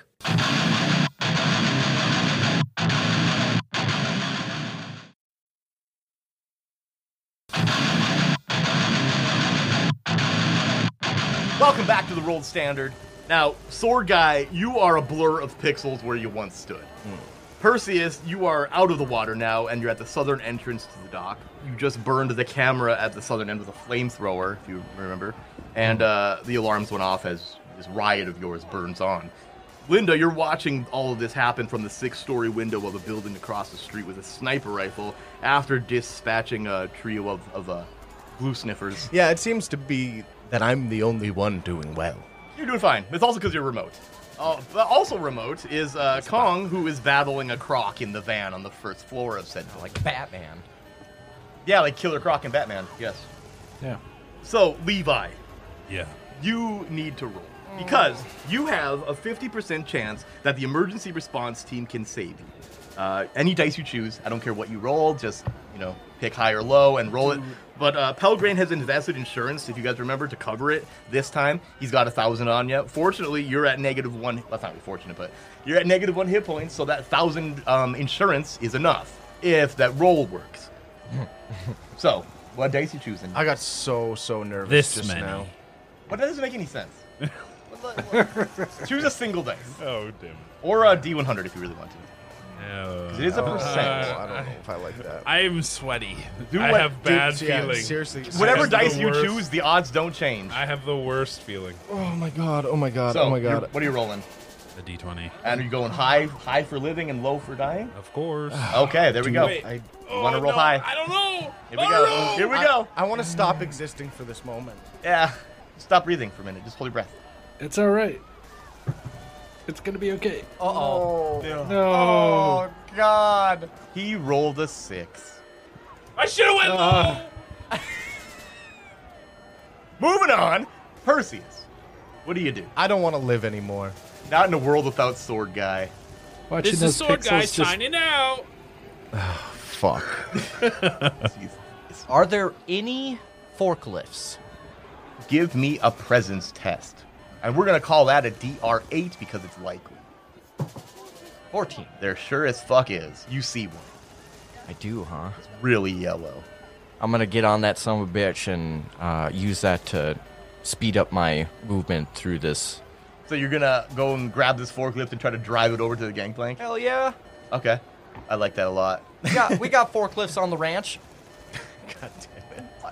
S1: Welcome back to the Rolled Standard. Now, Sword Guy, you are a blur of pixels where you once stood. Perseus, you are out of the water now, and you're at the southern entrance to the dock. You just burned the camera at the southern end with a flamethrower, if you remember, and uh, the alarms went off as this riot of yours burns on. Linda, you're watching all of this happen from the six-story window of a building across the street with a sniper rifle after dispatching a trio of, of uh, blue sniffers.
S7: Yeah, it seems to be that I'm the only one doing well.
S1: You're doing fine. It's also because you're remote. Uh, but also remote is uh, Kong, who is battling a croc in the van on the first floor of said building.
S3: Like Batman.
S1: Yeah, like Killer Croc and Batman. Yes.
S5: Yeah.
S1: So Levi,
S4: Yeah.
S1: you need to roll because you have a 50% chance that the emergency response team can save you. Uh, any dice you choose, I don't care what you roll, just you know pick high or low and roll it. But uh, Pelgrain has invested insurance, if you guys remember, to cover it this time. He's got a thousand on you. Fortunately, you're at negative one. Well, that's not really fortunate, but you're at negative one hit points, so that thousand um, insurance is enough if that roll works. so, what dice you choosing?
S2: I got so so nervous
S4: This
S2: just
S4: many.
S2: now.
S1: But that doesn't make
S4: <laughs>
S1: any sense. What the- what- Choose a single dice
S4: Oh, damn.
S1: or a D100 if you really want to. 'Cause It is
S4: Uh,
S1: a
S2: Oh,
S1: percent.
S2: I don't know if I like that.
S4: I'm sweaty.
S1: Do
S4: I
S1: what-
S4: have bad
S2: Dude, yeah,
S4: feelings.
S2: seriously.
S1: Whatever
S4: That's the
S1: dice you
S4: worst.
S1: choose, the odds don't change.
S4: I have the worst feeling.
S2: Oh my god. Oh my god.
S1: so,
S2: oh my
S1: you're-
S2: god.
S1: what are you rolling?
S4: The D20.
S1: And are you going high, high for living and low for dying?
S4: Of course.
S1: Okay, there we go.
S4: Wait.
S2: I
S1: You want to
S4: Oh, no,
S1: roll high?
S4: I don't know.
S1: Here we
S4: Oh,
S1: go.
S4: no.
S1: Here we go.
S2: I want to stop existing for this moment.
S1: Yeah. Stop breathing for a minute. Just hold your breath.
S5: It's all right. It's gonna be okay.
S3: Uh oh.
S1: Oh,
S5: No.
S2: Oh, god.
S1: He rolled a six.
S8: I should have went
S5: Uh.
S1: <laughs> Moving on, Perseus. What do you do?
S2: I don't want to live anymore.
S1: Not in a world without sword guy.
S8: low. This
S5: Watching
S8: is
S5: those
S8: Sword
S5: pixels
S8: Guy
S5: just
S8: signing out.
S2: Fuck.
S1: Jesus.
S3: Are there any forklifts?
S1: give me a presence test. And we're going to call that a DR8 because it's likely.
S3: 14.
S1: There sure as fuck is. You see one.
S3: I do, huh?
S1: It's really yellow.
S3: I'm gonna get on that son of a bitch and uh, use that to speed up my movement through this.
S1: So you're going to go and grab this forklift and try to drive it over to the gangplank?
S3: Hell yeah!
S1: Okay. I like that a lot.
S3: We got, we got forklifts on
S4: <laughs>
S3: the ranch.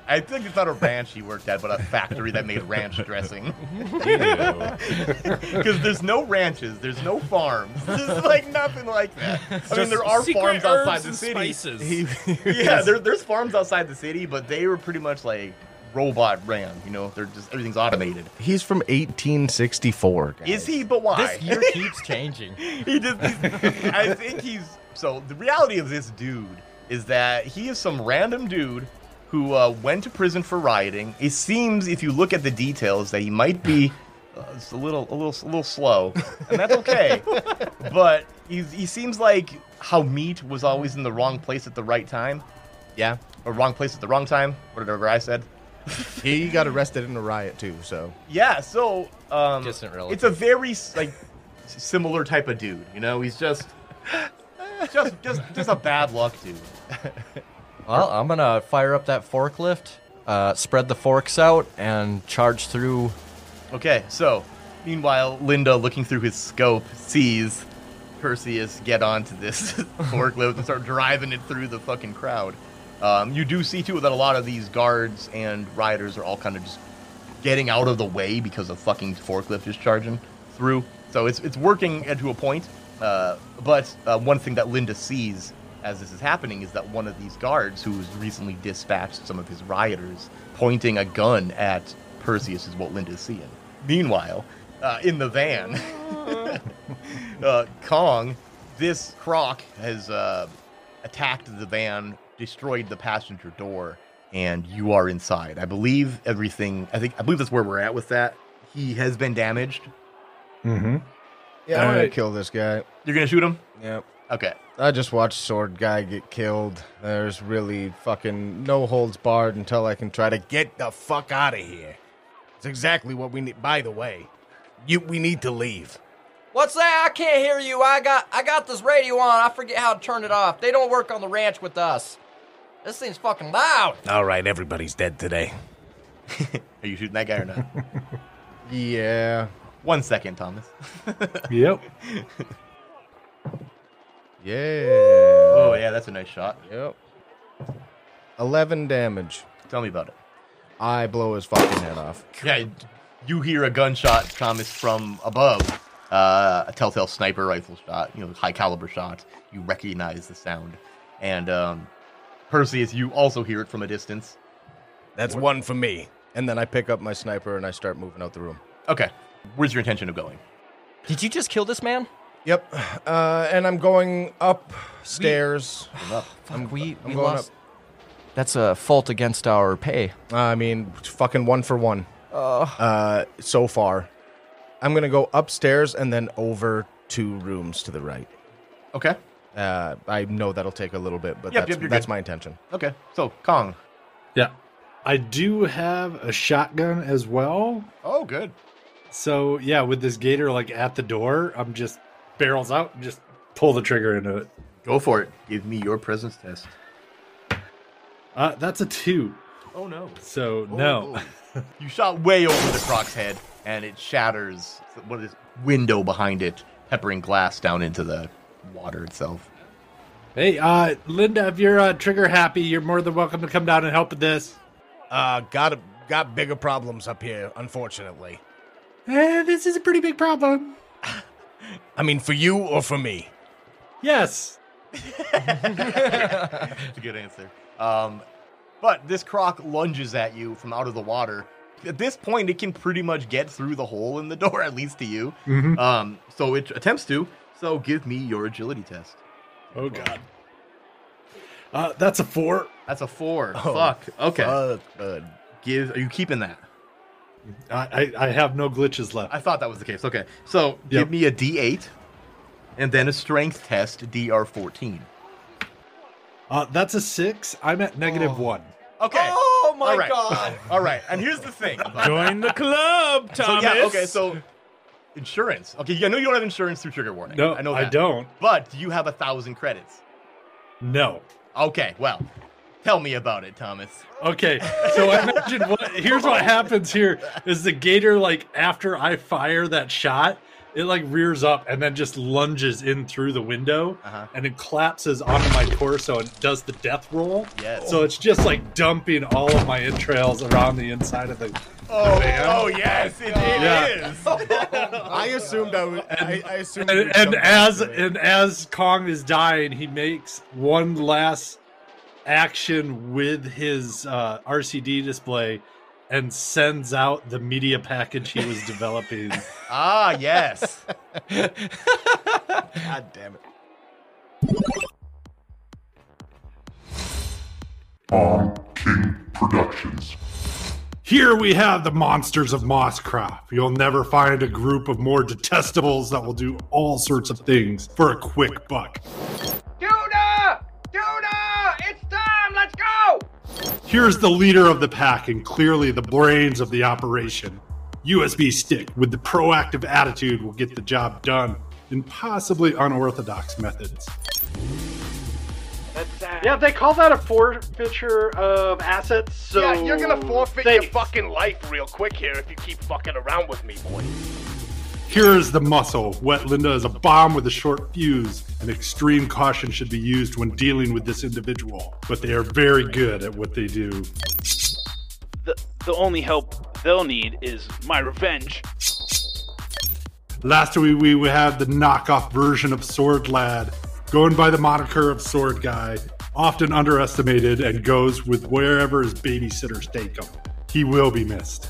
S1: I think it's not a ranch he worked at, but a factory that made ranch dressing. <laughs> Because there's no ranches, there's no farms. <laughs> There's like nothing like that. I mean, there are
S8: secret
S1: farms
S8: herbs
S1: outside the
S8: and
S1: city.
S8: spices. <laughs>
S1: yeah, there, there's farms outside the city, but they were pretty much like robot ran. You know, they're just everything's automated.
S2: He's from 1864. guys.
S1: Is he? But why?
S3: This year keeps changing.
S1: <laughs> he just. he's- I think he's. So the reality of this dude is that he is some random dude who uh, went to prison for rioting. It seems, if you look at the details, that he might
S3: <laughs>
S1: be. Uh, it's a little, a little, a little slow, and that's
S3: <laughs>
S1: okay. but he, he seems like how meat was always in the wrong place at the right time,
S2: Yeah.
S1: or wrong place at the wrong time, whatever I said.
S2: He got arrested in a riot too. So
S1: Yeah, so um,
S3: Distant relative.
S1: it's a very s- like s- similar type of dude. You know, he's just just just just a bad luck dude.
S3: Well, I'm gonna fire up that forklift, uh, spread the forks out, and charge through.
S1: Okay, so meanwhile, Linda, looking through his scope, sees Perseus get onto this <laughs> forklift and start driving it through the fucking crowd. Um, you do see too that a lot of these guards and riders are all kind of just getting out of the way because the fucking forklift is charging through. So it's it's working uh, to a point. Uh, but uh, one thing that Linda sees as this is happening is that one of these guards, who's recently dispatched some of his rioters, pointing a gun at Perseus, is what Linda's seeing. Meanwhile, uh, in the van, <laughs> uh, Kong, this croc has uh, attacked the van, destroyed the passenger door, and you are inside. I believe everything. I think I believe that's where we're at with that. He has been damaged. Mm-hmm.
S2: yeah, I'm gonna
S5: Alright.
S2: kill this guy.
S1: You're gonna shoot him.
S2: Yep.
S1: Okay.
S2: I just watched Sword Guy get killed. There's really fucking no holds barred until I can try to
S7: Get the fuck out of here. It's exactly what we need. By the way, you we need to leave.
S3: What's that? I can't hear you. I got I got this radio on. I forget how to turn it off. They don't work on the ranch with us. This thing's fucking loud.
S7: All right, everybody's dead today.
S1: <laughs> Are you shooting that guy or
S2: <laughs>
S1: not?
S2: Yeah.
S1: One second, Thomas. <laughs>
S5: Yep.
S2: Yeah.
S1: Oh yeah, that's a nice shot.
S2: Yep. 11 damage.
S1: Tell me about it.
S2: I blow his fucking head off.
S1: Yeah, you hear a gunshot, Thomas, from above. Uh, a telltale sniper rifle shot, you know, high caliber shot. You recognize the sound. And um, Perseus, you also hear it from a distance.
S7: That's one for me.
S2: And then I pick up my sniper and I start moving out the room.
S1: Okay. Where's your intention of going?
S3: Did you just kill this man?
S2: Yep. Uh, and I'm going upstairs.
S3: <sighs> Fuck, we, we
S2: going
S3: lost. That's a fault against our pay.
S2: Uh, I mean, fucking one for one. Uh, so far, I'm gonna go upstairs and then over two rooms to the right.
S1: Okay.
S2: Uh, I know that'll take a little bit, but
S1: Yep,
S2: that's,
S1: yep, you're
S2: that's
S1: good.
S2: my intention.
S1: Okay. So Kong.
S5: Yeah. I do have a shotgun as well.
S1: Oh, good.
S5: So yeah, with this gator like at the door, I'm just barrels out and just pull the trigger into it.
S1: Go for it. Give me your presence test.
S5: Uh, that's a two.
S1: Oh no.
S5: So no.
S1: You shot way over the croc's head, and it shatters what is window behind it, peppering glass down into the water itself.
S5: Hey, uh, Linda, if you're uh, trigger happy, you're more than welcome to come down and help with this.
S7: Uh, got a, got bigger problems up here, unfortunately.
S5: Eh, this is a pretty big problem.
S7: I mean, for you or for me?
S5: Yes.
S1: That's a good answer. Um, but this croc lunges at you from out of the water. At this point, it can pretty much get through the hole in the door, <laughs> at least to you.
S5: Mm-hmm.
S1: Um, so it attempts to. So give me your agility test.
S5: Oh god. Uh, that's a four. Oh,
S1: That's a four. fuck. Okay.
S2: Fuck, bud.
S1: Give. Are you keeping that?
S5: I, I, I have no glitches left.
S1: I thought that was the case. Okay. So
S5: Yep.
S1: give me a D8, and then a strength test DR 14.
S5: Uh, that's a six. I'm at negative one.
S1: Okay.
S3: Oh my
S1: All right.
S3: god.
S1: <laughs> All right. And here's the thing.
S4: Join the club,
S1: so
S4: Thomas.
S1: yeah. Okay. So insurance. Okay. I know you don't have insurance through trigger warning.
S5: No,
S1: I know
S5: I
S1: that.
S5: don't.
S1: But do you have a thousand credits?
S5: No.
S1: Okay, well, tell me about it, Thomas.
S5: Okay, so I imagine what here's what happens here is the gator like after I fire that shot, it like rears up and then just lunges in through the window
S1: Uh-huh.
S5: and it collapses onto my torso and does the death roll.
S1: Yes.
S5: So it's just like dumping all of my entrails around the inside of the
S1: Oh, oh yes, it, it
S5: Yeah.
S1: is.
S2: <laughs> I assumed I would. I, I assumed. you
S5: and,
S2: would
S5: and
S2: jump
S5: as
S2: into it.
S5: and as Kong is dying, he makes one last action with his uh, RCD display and sends out the media package he was developing.
S1: Ah, yes.
S2: God damn it.
S5: Here we have the monsters of Mosscroft. You'll never find a group of more detestables that will do all sorts of things for a quick buck.
S9: Tuna! Tuna! It's time! Let's go!
S5: Here's the leader of the pack and clearly the brains of the operation. USB stick with the proactive attitude will get the job done in possibly unorthodox methods. Yeah, they call that a forfeiture of assets. So
S9: yeah, you're gonna forfeit your fucking life real quick here if you keep fucking around with me, boy.
S5: Here is the muscle. Wet Linda is a bomb with a short fuse, and extreme caution should be used when dealing with this individual. But they are very good at what they do.
S10: The, the only help they'll need is my revenge.
S5: Last week we had the knockoff version of Sword Lad, going by the moniker of Sword Guy, often underestimated and goes with wherever his babysitters take him. He will be missed.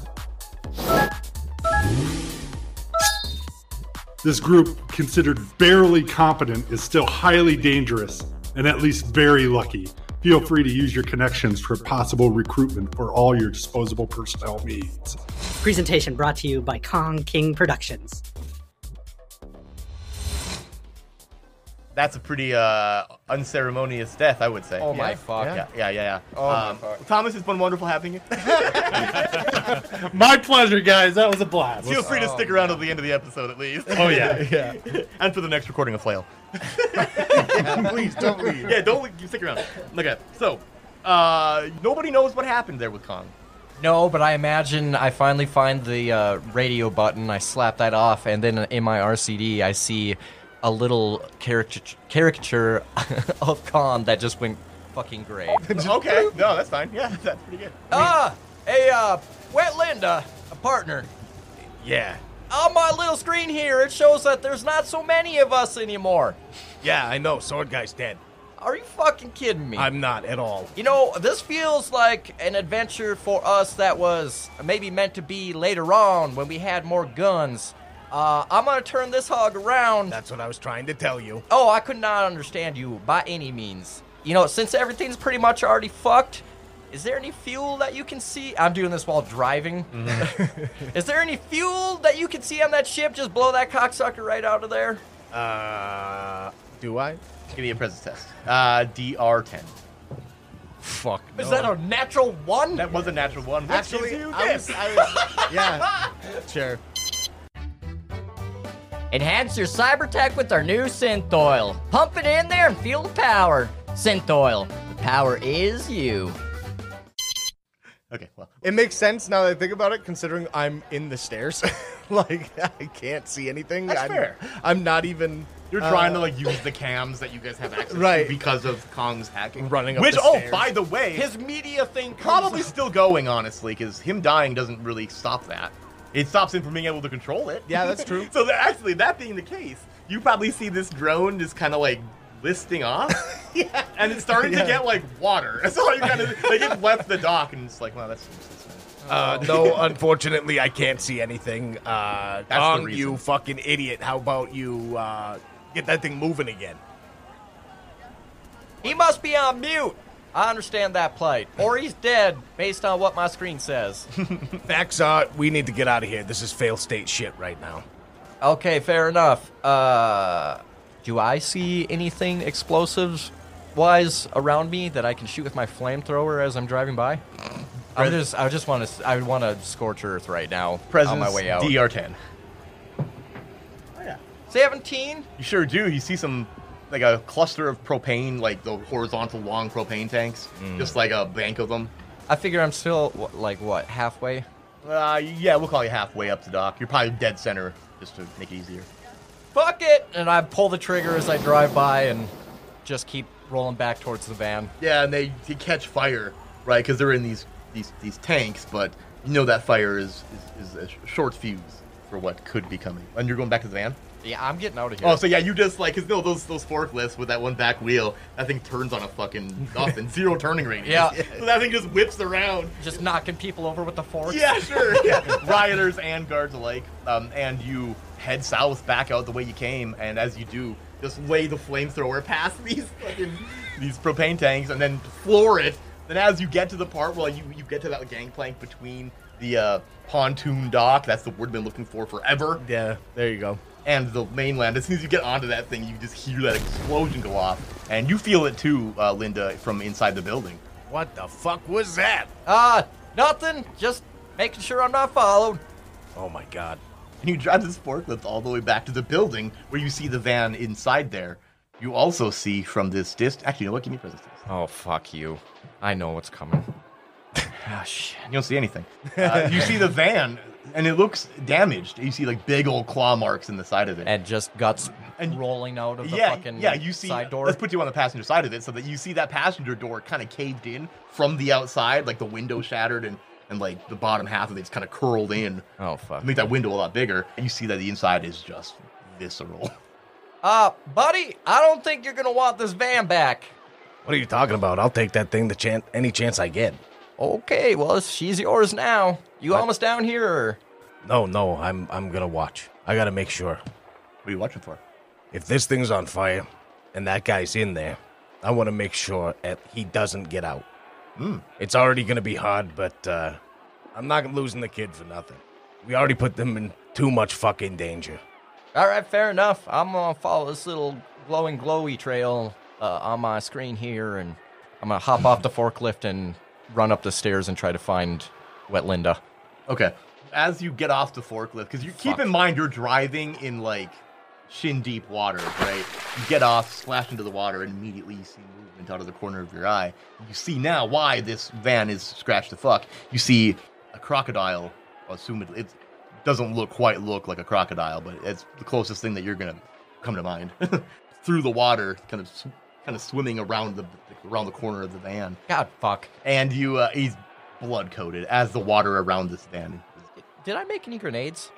S5: This group, considered barely competent, is still highly dangerous and at least very lucky. Feel free to use your connections for possible recruitment for all your disposable personnel needs.
S11: Presentation brought to you by Kong King Productions.
S1: That's a pretty uh, unceremonious death, I would say.
S3: Oh my fuck.
S1: Yeah, yeah, yeah. yeah.
S3: Oh my
S1: um,
S3: fuck.
S1: Thomas, it's been wonderful having you.
S5: My pleasure, guys. That was a blast.
S1: Feel free to stick around till the end of the episode, at least,
S5: Oh,
S1: <laughs>
S5: yeah.
S1: and for the next recording of Flail.
S2: Please don't leave.
S1: Yeah, don't leave- you stick around. Okay, so uh, nobody knows what happened there with Kong.
S3: No, but I imagine I finally find the uh, radio button. I slap that off, and then in my RCD, I see a little caricature, caricature <laughs> of Khan that just went fucking gray.
S1: okay, no, that's fine. Yeah, <laughs> that's pretty good.
S3: ah, hey, uh, Wet Linda, uh, a partner.
S7: Yeah,
S3: On my little screen here, it shows that there's not so many of us anymore.
S7: yeah, I know. Sword guy's dead.
S3: Are you fucking kidding me?
S2: I'm not at all.
S3: You know, this feels like an adventure for us that was maybe meant to be later on when we had more guns. Uh, I'm gonna turn this hog around.
S2: That's what I was trying to tell you.
S3: Oh, I could not understand you by any means. You know, since everything's pretty much already fucked, is there any fuel that you can see? I'm doing this while driving. <laughs>
S2: Mm-hmm.
S3: is there any fuel that you can see on that ship? Just blow that cocksucker right out of there.
S1: Uh, do I? Give me a presence test. Uh, DR ten.
S2: Fuck.
S3: Is that a natural one?
S1: That was a natural one. which
S2: Actually,
S1: gives you
S2: I was,
S1: this.
S2: I was, yeah, sure.
S12: Enhance your cyber tech with our new synth oil. Pump it in there and feel the power. Synth oil. The power is you.
S1: Okay, well,
S2: It makes sense now that I think about it, considering I'm in the stairs. <laughs> like, I can't see anything.
S1: That's
S2: I'm,
S1: fair.
S2: I'm not even.
S1: You're
S2: uh,
S1: trying to like use the cams that you guys have access
S2: Right.
S1: to because of Kong's hacking.
S2: Running up
S1: Which,
S2: the
S1: oh,
S2: stairs.
S1: by the way,
S3: His media thing
S2: <laughs>
S1: probably still going, honestly, because him dying doesn't really stop that. It stops him from being able to control it.
S2: Yeah, that's true.
S1: <laughs> so that, actually, that being the case, you probably see this drone just kind of like listing off. yeah. And it's starting
S2: <laughs> Yeah.
S1: to get like water. <laughs> So you kind of like it left the dock and it's like, wow, that's useless.
S2: Uh,
S1: <laughs>
S2: no, unfortunately, I can't see anything. Uh,
S1: the
S2: Kong,
S1: reason.
S2: you fucking idiot. How about you uh, get that thing <laughs> moving again?
S3: He must be on mute. I understand that plight. Or he's dead, based on what my screen
S2: <laughs>
S3: says.
S2: Facts are, we need to get out of here. This is fail state shit right now.
S3: okay, fair enough. Uh, do I see anything explosives wise around me that I can shoot with my flamethrower as I'm driving by? Um, I would just, I would just want to, I would want to scorch earth right now
S1: Presence
S3: on my way out.
S1: DR10. Oh,
S3: Seventeen.
S1: You sure do. You see some, like a cluster of propane, like the horizontal long propane tanks, just like a bank of them.
S3: Mm. I figure I'm still wh- like what halfway.
S1: Uh, yeah, we'll call you halfway up the dock. You're probably dead center, just to make it easier.
S3: Fuck it! And I pull the trigger as I drive by and just keep rolling back towards the van.
S1: Yeah, and they, they catch fire, right? Because they're in these, these these tanks, but you know that fire is, is is a sh- short fuse for what could be coming. And you're going back to the van.
S3: Yeah, I'm getting out of here.
S1: Oh, so yeah, you just like because no, those those forklifts with that one back wheel, that thing turns on a fucking
S3: <laughs>
S1: nothing, zero turning radius.
S3: <laughs> Yeah.
S1: <laughs> so that thing just whips around.
S3: Just knocking people over with the forks.
S1: Yeah, sure.
S3: <laughs>
S1: Yeah. <laughs> Rioters and guards alike. Um, and you head south back out the way you came, and as you do, just lay the flamethrower <laughs> past these fucking these propane tanks and then floor it. Then as you get to the part where you, you get to that gangplank between the uh, pontoon dock, that's the word been looking for forever.
S2: Yeah, there you go.
S1: And the mainland, as soon as you get onto that thing, you just hear that explosion go off. And you feel it too, uh, Linda, from inside the building.
S2: What the fuck was that?
S3: Uh, nothing. Just making sure I'm not followed.
S2: Oh my god.
S1: and you drive this forklift all the way back to the building where you see the van inside there. You also see from this dist. Actually, you know what? Give me presence.
S3: Oh, fuck you. I know what's coming.
S1: Ah, shit. You don't see anything. Uh, you see the van, and it looks damaged. You see like big old claw marks in the side of it.
S3: And just guts rolling out of the
S1: yeah,
S3: fucking
S1: yeah. You see.
S3: side door.
S1: Let's put you on the passenger side of it so that you see that passenger door kind of caved in from the outside, like the window shattered and. And like the bottom half of it's kind of curled in.
S3: Oh fuck!
S1: Make that window a lot bigger. And you see that the inside is just visceral. <laughs>
S3: Uh, buddy, I don't think you're gonna want this van back.
S2: What are you talking about? I'll take that thing the chan- any chance I get.
S3: Okay, well, she's yours now. You almost down here? Or...
S2: No, no, I'm I'm gonna watch. I gotta make sure.
S1: What are you watching for?
S2: If this thing's on fire and that guy's in there, I want to make sure that he doesn't get out.
S1: Hmm.
S2: It's already gonna be hard, but uh, I'm not losing the kid for nothing. We already put them in too much fucking danger.
S3: All right, fair enough. I'm gonna follow this little glowing glowy trail uh, on my screen here, and I'm gonna hop off the forklift and run up the stairs and try to find Wet Linda.
S1: Okay. As you get off the forklift, because you keep in mind you're driving in like shin deep water, right? You get off, splash into the water, and immediately you see movement out of the corner of your eye. You see now why this van is scratched to fuck. You see a crocodile. I assume it, it doesn't look quite look like a crocodile, but it's the closest thing that you're gonna come to mind. <laughs> Through the water, kind of sw- kind of swimming around the around the corner of the van.
S3: God fuck.
S1: And you, uh, he's blood coated as the water around this van
S3: Did I make any grenades?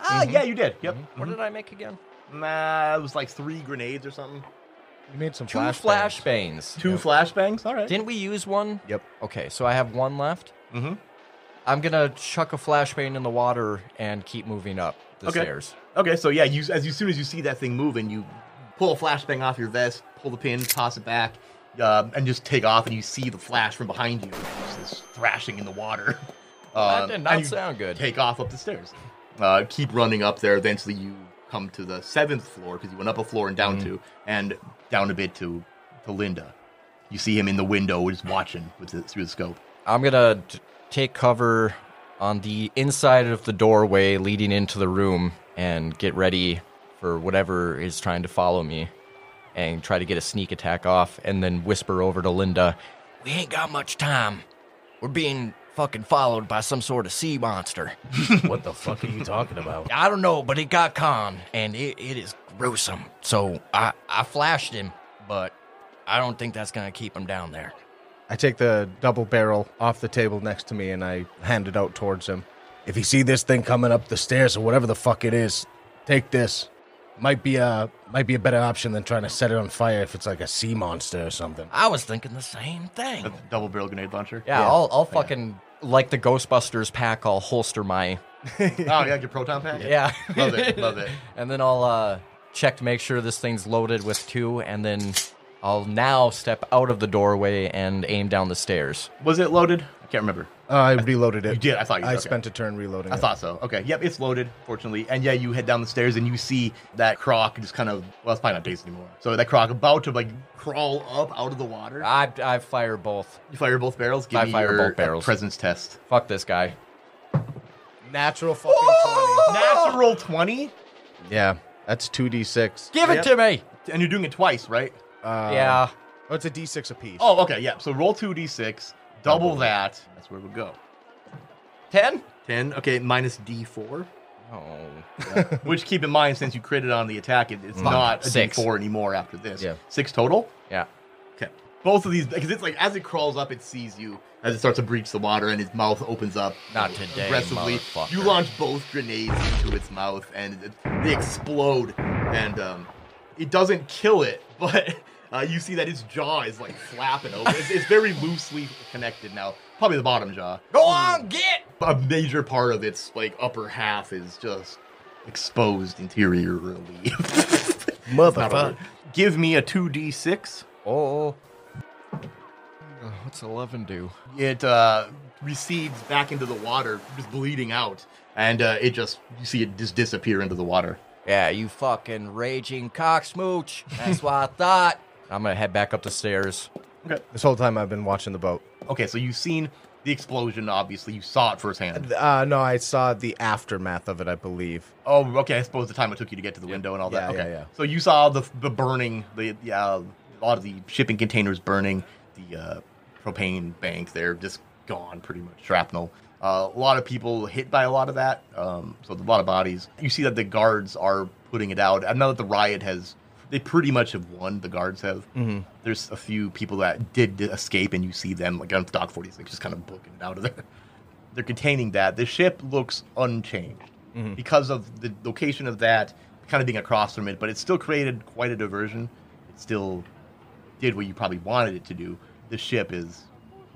S1: Ah, yeah, you did. Yep.
S3: What did I make again?
S1: Nah, it was like three grenades or something.
S2: You made some
S3: Two flashbangs.
S1: Two flashbangs? All right.
S3: Didn't we use one?
S1: Yep.
S3: Okay, so I have one left. Mm-hmm. I'm gonna chuck a flashbang in the water and keep moving up the
S1: okay.
S3: stairs.
S1: Okay, so yeah, you as, as soon as you see that thing moving, you pull a flashbang off your vest, pull the pin, toss it back, uh, and just take off. And you see the flash from behind you, It's this thrashing in the water. <laughs>
S3: That
S1: Um,
S3: did
S1: and
S3: not
S1: you
S3: sound good.
S1: Take off up the stairs. Uh, keep running up there. Eventually, you come to the seventh floor because you went up a floor and down
S3: Mhm.
S1: two, and down a bit to to Linda. You see him in the window, just watching with the, through the scope.
S3: I'm gonna t- take cover on the inside of the doorway leading into the room and get ready for whatever is trying to follow me and try to get a sneak attack off and then whisper over to Linda, We ain't got much time. We're being fucking followed by some sort of
S1: <laughs>
S3: sea monster.
S2: what the fuck are you talking about?
S3: I don't know, but it got con and it, it is gruesome. So I, I flashed him, but I don't think that's gonna keep him down there.
S2: I take the double barrel off the table next to me and I hand it out towards him. If you see this thing coming up the stairs or whatever the fuck it is, take this. Might be a might be a better option than trying to set it on fire if it's like a sea monster or something.
S3: I was thinking the same thing.
S1: Double barrel grenade launcher.
S3: Yeah, I'll, I'll fucking like the Ghostbusters pack. I'll holster my
S1: <laughs> oh yeah, your proton pack.
S3: <laughs> yeah.
S1: love it, love it.
S3: and then I'll uh, check to make sure this thing's loaded with two, and then I'll now step out of the doorway and aim down the stairs.
S1: Was it loaded? I can't remember.
S2: Uh, I reloaded it.
S1: You did. I thought you
S2: I
S1: okay.
S2: spent a turn reloading.
S1: I
S2: it.
S1: thought so. Okay. Yep, it's loaded, fortunately. And yeah, you head down the stairs and you see that croc just kind of well, it's probably not dazed anymore. So that croc about to like crawl up out of the water.
S3: I I fire both.
S1: You fire both barrels. Give
S3: I
S1: me
S3: fire
S1: your
S3: both barrels.
S1: Presence test.
S3: Fuck this guy.
S2: Natural fucking
S1: <laughs>
S2: twenty.
S1: Natural twenty.
S2: Yeah, that's two d six.
S3: Give it to me.
S1: And you're doing it twice, right?
S2: Uh,
S3: yeah.
S2: Oh, it's a d six apiece.
S1: Oh, okay. Yeah. So roll two d six, double that. That's where we go.
S3: Ten.
S1: Ten. Okay. Minus d four.
S3: Oh.
S1: <laughs> Which keep in mind, since you critted on the attack, it, it's
S3: Mm.
S1: not a
S3: Six.
S1: d4 anymore after this.
S3: Yeah.
S1: Six total.
S3: Yeah.
S1: Okay. Both of these, because it's like as it crawls up, it sees you as it starts to breach the water, and its mouth opens up.
S3: Not today,
S1: Aggressively,
S3: motherfucker.
S1: you launch both grenades into its mouth, and it, they explode. And um, it doesn't kill it, <laughs> but uh, you see that its jaw is like flapping open. It's, it's very loosely connected now. Probably the bottom jaw.
S3: Go on, get.
S1: A major part of its like upper half is just exposed <laughs> interiorly.
S2: Motherfucker.
S1: Give me a 2d6.
S3: Oh. What's eleven do?
S1: It uh, recedes back into the water, just bleeding out. And uh, it just, you see it just disappear into the water.
S3: Yeah, you fucking raging cocksmooch. That's what I thought. I'm gonna head back up the stairs.
S2: This whole time I've been watching the boat.
S1: Okay, so you've seen the explosion, obviously. You saw it firsthand.
S2: Uh, no, I saw the aftermath of it.
S1: <laughs>
S2: I believe.
S1: Oh, okay. I suppose the time it took you to get to the window and all that.
S2: Yeah,
S1: okay.
S2: yeah, yeah.
S1: So you saw the the burning, the yeah, a lot of the shipping containers burning, the uh, propane bank there just gone, pretty much shrapnel. Uh, a lot of people hit by a lot of that. Um, so a lot of bodies. You see that the guards are putting it out. I know that the riot has. They pretty much have won. The guards have.
S2: Mhm.
S1: There's a few people that did escape, and you see them like on Dock 46, just kind of booking it out of there. <laughs> They're containing that. The ship looks unchanged
S2: Mhm.
S1: because of the location of that kind of being across from it, but it still created quite a diversion. It still did what you probably wanted it to do. The ship is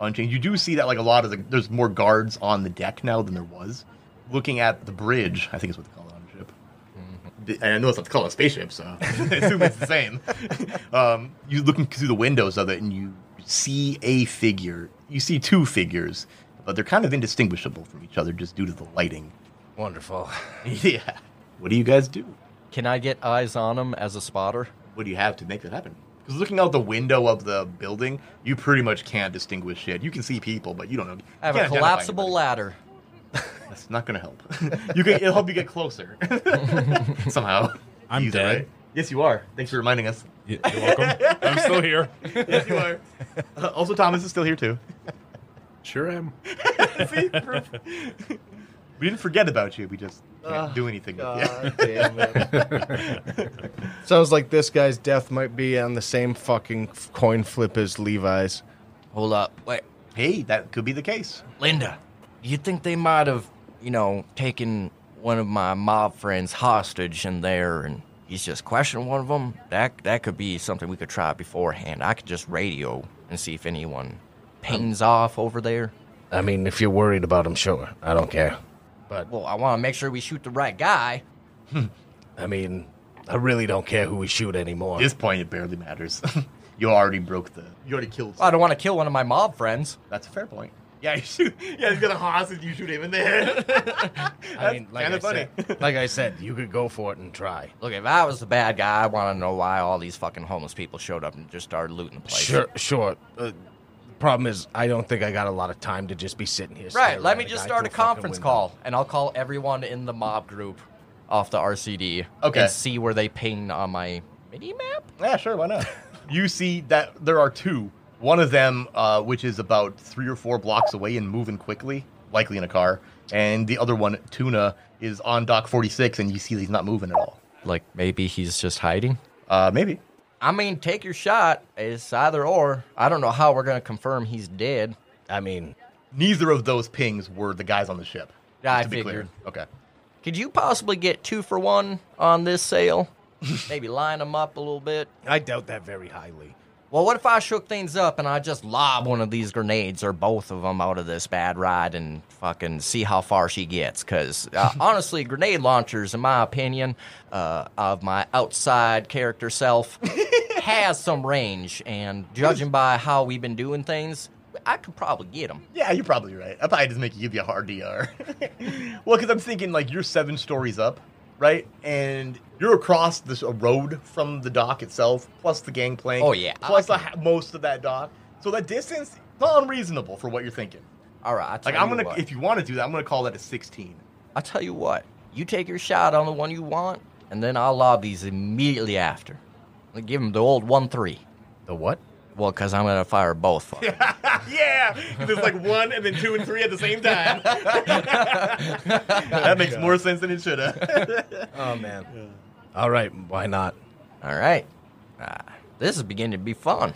S1: unchanged. You do see that like a lot of the there's more guards on the deck now than there was. Looking at the bridge, I think is what they call it on a ship. The- And I know it's not called a spaceship, so <laughs> I assume it's the same. <laughs> um, you looking through the windows of it, and you see a figure. You see two figures, but they're kind of indistinguishable from each other just due to the lighting.
S2: Wonderful.
S1: <laughs> yeah. What do you guys do?
S3: Can I get eyes on him as a spotter?
S1: What do you have to make that happen? Because looking out the window of the building, you pretty much can't distinguish shit. You can see people, but you don't know.
S3: I have
S1: you
S3: a
S1: can't identify
S3: collapsible ladder.
S1: anybody. That's not going to help. <laughs> you can, it'll help you get
S2: <laughs>
S1: closer somehow.
S4: I'm
S1: Either
S4: dead.
S1: way. Yes, you are. Thanks for reminding us.
S4: Y- You're welcome. I'm still here.
S1: yes, you are. Uh, also, Thomas is still here too.
S5: Sure am.
S1: <laughs>
S4: <laughs>
S1: See, proof. we didn't forget about you. We just can't
S2: Oh,
S1: do anything
S2: God
S1: with you.
S2: damn
S4: <laughs>
S2: Sounds like this guy's death might be on the same fucking f- coin flip as Levi's.
S3: Hold up. Wait.
S1: Hey, that could be the case.
S3: Linda, you think they might have, you know, taken one of my mob friends hostage in there and he's just questioning one of them, that that could be something we could try beforehand. I could just radio and see if anyone pings off over there.
S2: I mean, if you're worried about him, sure. I don't care.
S3: But well, I want to make sure we shoot the right guy.
S2: Hmm. I mean, I really don't care who we shoot anymore.
S1: At this point, it barely matters. <laughs> you already broke the. You already killed.
S3: I don't want to kill one of my mob friends.
S1: That's a fair point. Yeah, you shoot. <laughs> Yeah, he's got a hostage. You shoot him in the head.
S2: I mean, like I,
S1: kinda funny. <laughs>
S2: said, like I said, you could go for it and try.
S3: Look, if I was the bad guy, I want to know why all these fucking homeless people showed up and just started looting the place.
S2: Sure, sure. Uh, the problem is, I don't think I got a lot of time to just be sitting here.
S3: Right,
S2: staring
S3: let
S2: at
S3: me just
S2: guy
S3: start
S2: through
S3: a
S2: fucking
S3: conference
S2: window.
S3: call, and I'll call everyone in the mob group off the RCD
S1: Okay.
S3: and see where they ping on my mini map.
S1: Yeah, sure. Why not? you see that there are two. One of them, uh, which is about three or four blocks away and moving quickly, likely in a car, and the other one, Tuna, is on dock 46, and you see that he's not moving at all.
S3: Like maybe he's just hiding.
S1: Uh, maybe.
S3: I mean, take your shot. It's either or. I don't know how we're gonna confirm he's dead.
S2: I mean,
S1: neither of those pings were the guys on the ship.
S3: Yeah, I
S1: just to be
S3: figured.
S1: Clear. Okay.
S3: Could you possibly get two for one on this sale? <laughs> Maybe line them up a little bit.
S2: I doubt that very highly.
S3: Well, what if I shook things up and I just lob one of these grenades or both of them out of this bad ride and fucking see how far she gets? Because
S1: <laughs>
S3: uh, honestly, grenade launchers, in my opinion, uh, of my outside
S1: <laughs>
S3: character self, has some range. And judging by how we've been doing things, I could probably get them.
S1: Yeah, you're probably right. I probably just make you give you a hard DR. <laughs> well, because I'm thinking like you're seven stories up, right? And you're across this a road from the dock itself, plus the gangplank.
S3: Oh, yeah. I
S1: plus the, ha- most of that dock. So that distance is not unreasonable for what you're thinking.
S3: All right. I'll tell
S1: Like I'm
S3: you
S1: gonna,
S3: what.
S1: if you want to do that, I'm gonna call that a 16.
S3: I tell you what, you take your shot on the one you want, and then I'll lob these immediately after. I'll give him the old one three.
S2: The what?
S3: Well, because I'm gonna fire both.
S1: yeah, there's like one and then two and three at the same time. that makes more sense than it should have.
S2: <laughs> oh man. All right, why not?
S3: All right. Ah, this is beginning to be fun.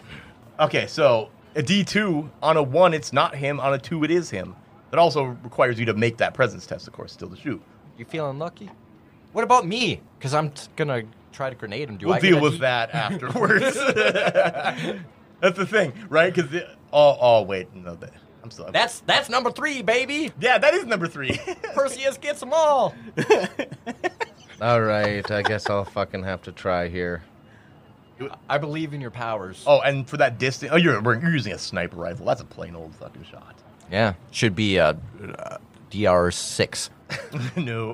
S1: Okay, so a D2, on a 1, it's not him. On a 2, it is him. That also requires you to make that presence test, of course, still to shoot.
S3: You feeling lucky? What about me? Because I'm t- gonna try to grenade him. Do
S1: we'll
S3: I get
S1: deal
S3: a
S1: with
S3: D- <laughs>
S1: that afterwards. <laughs> That's the thing, right? Because, oh, oh, wait, no, that, I'm still.
S3: That's that's number three, baby.
S1: yeah, that is number 3.
S3: <laughs> Perseus gets them all.
S2: All right, I guess I'll fucking have to try here.
S3: I believe in your powers.
S1: oh, and for that distance, oh, you're, we're using a sniper rifle. That's a plain old fucking shot. <laughs>
S3: Yeah, should be a, uh DR six.
S1: no.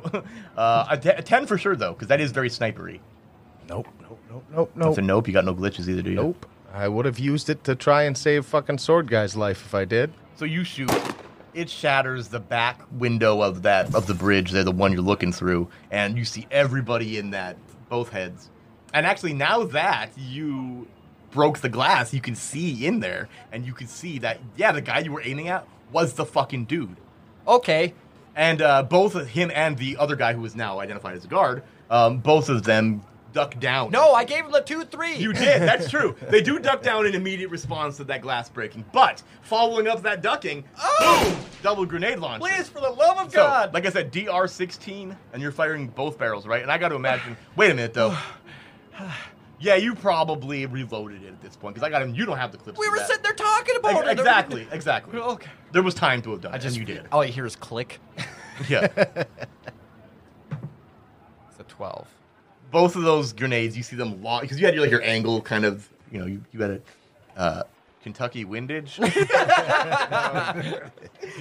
S1: Uh, a, te- a 10 for sure, though, because that is very snipery.
S2: Nope, nope, nope, nope,
S1: That's a nope. You got no glitches either, do you?
S7: Nope. I would have used it to try and save fucking sword guy's life if I did.
S1: So you shoot. It shatters the back window of that of the bridge. They're the one you're looking through, and you see everybody in that, both heads. And actually, now that you broke the glass, you can see in there, and you can see that yeah, the guy you were aiming at was the fucking dude.
S3: Okay.
S1: And uh, both of him and the other guy who is now identified as a guard, um, both of them duck down.
S3: No, I gave him the two three.
S1: You did.
S3: <laughs>
S1: That's true. They <laughs> do duck down in immediate response to that glass breaking, but following up that ducking,
S3: Oh!
S1: boom, double grenade launch.
S3: Please, for the love of
S1: So,
S3: God.
S1: like I said, DR 16, and you're firing both barrels, right? And I got to imagine. wait a minute,
S3: <sighs>
S1: though. Yeah, you probably reloaded it at this point because I got him. You don't have the clips.
S3: we
S1: for
S3: were
S1: that.
S3: sitting there talking
S1: Ex-
S3: about it.
S1: Exactly, exactly.
S3: <laughs> Okay.
S1: There was time to have done.
S3: I just
S1: it, and you did.
S3: All you hear is click. <laughs>
S1: Yeah.
S3: It's a twelve.
S1: both of those grenades, you see them long because you had your like your angle kind of, you know, you, you had a uh, Kentucky
S3: <laughs>
S1: windage.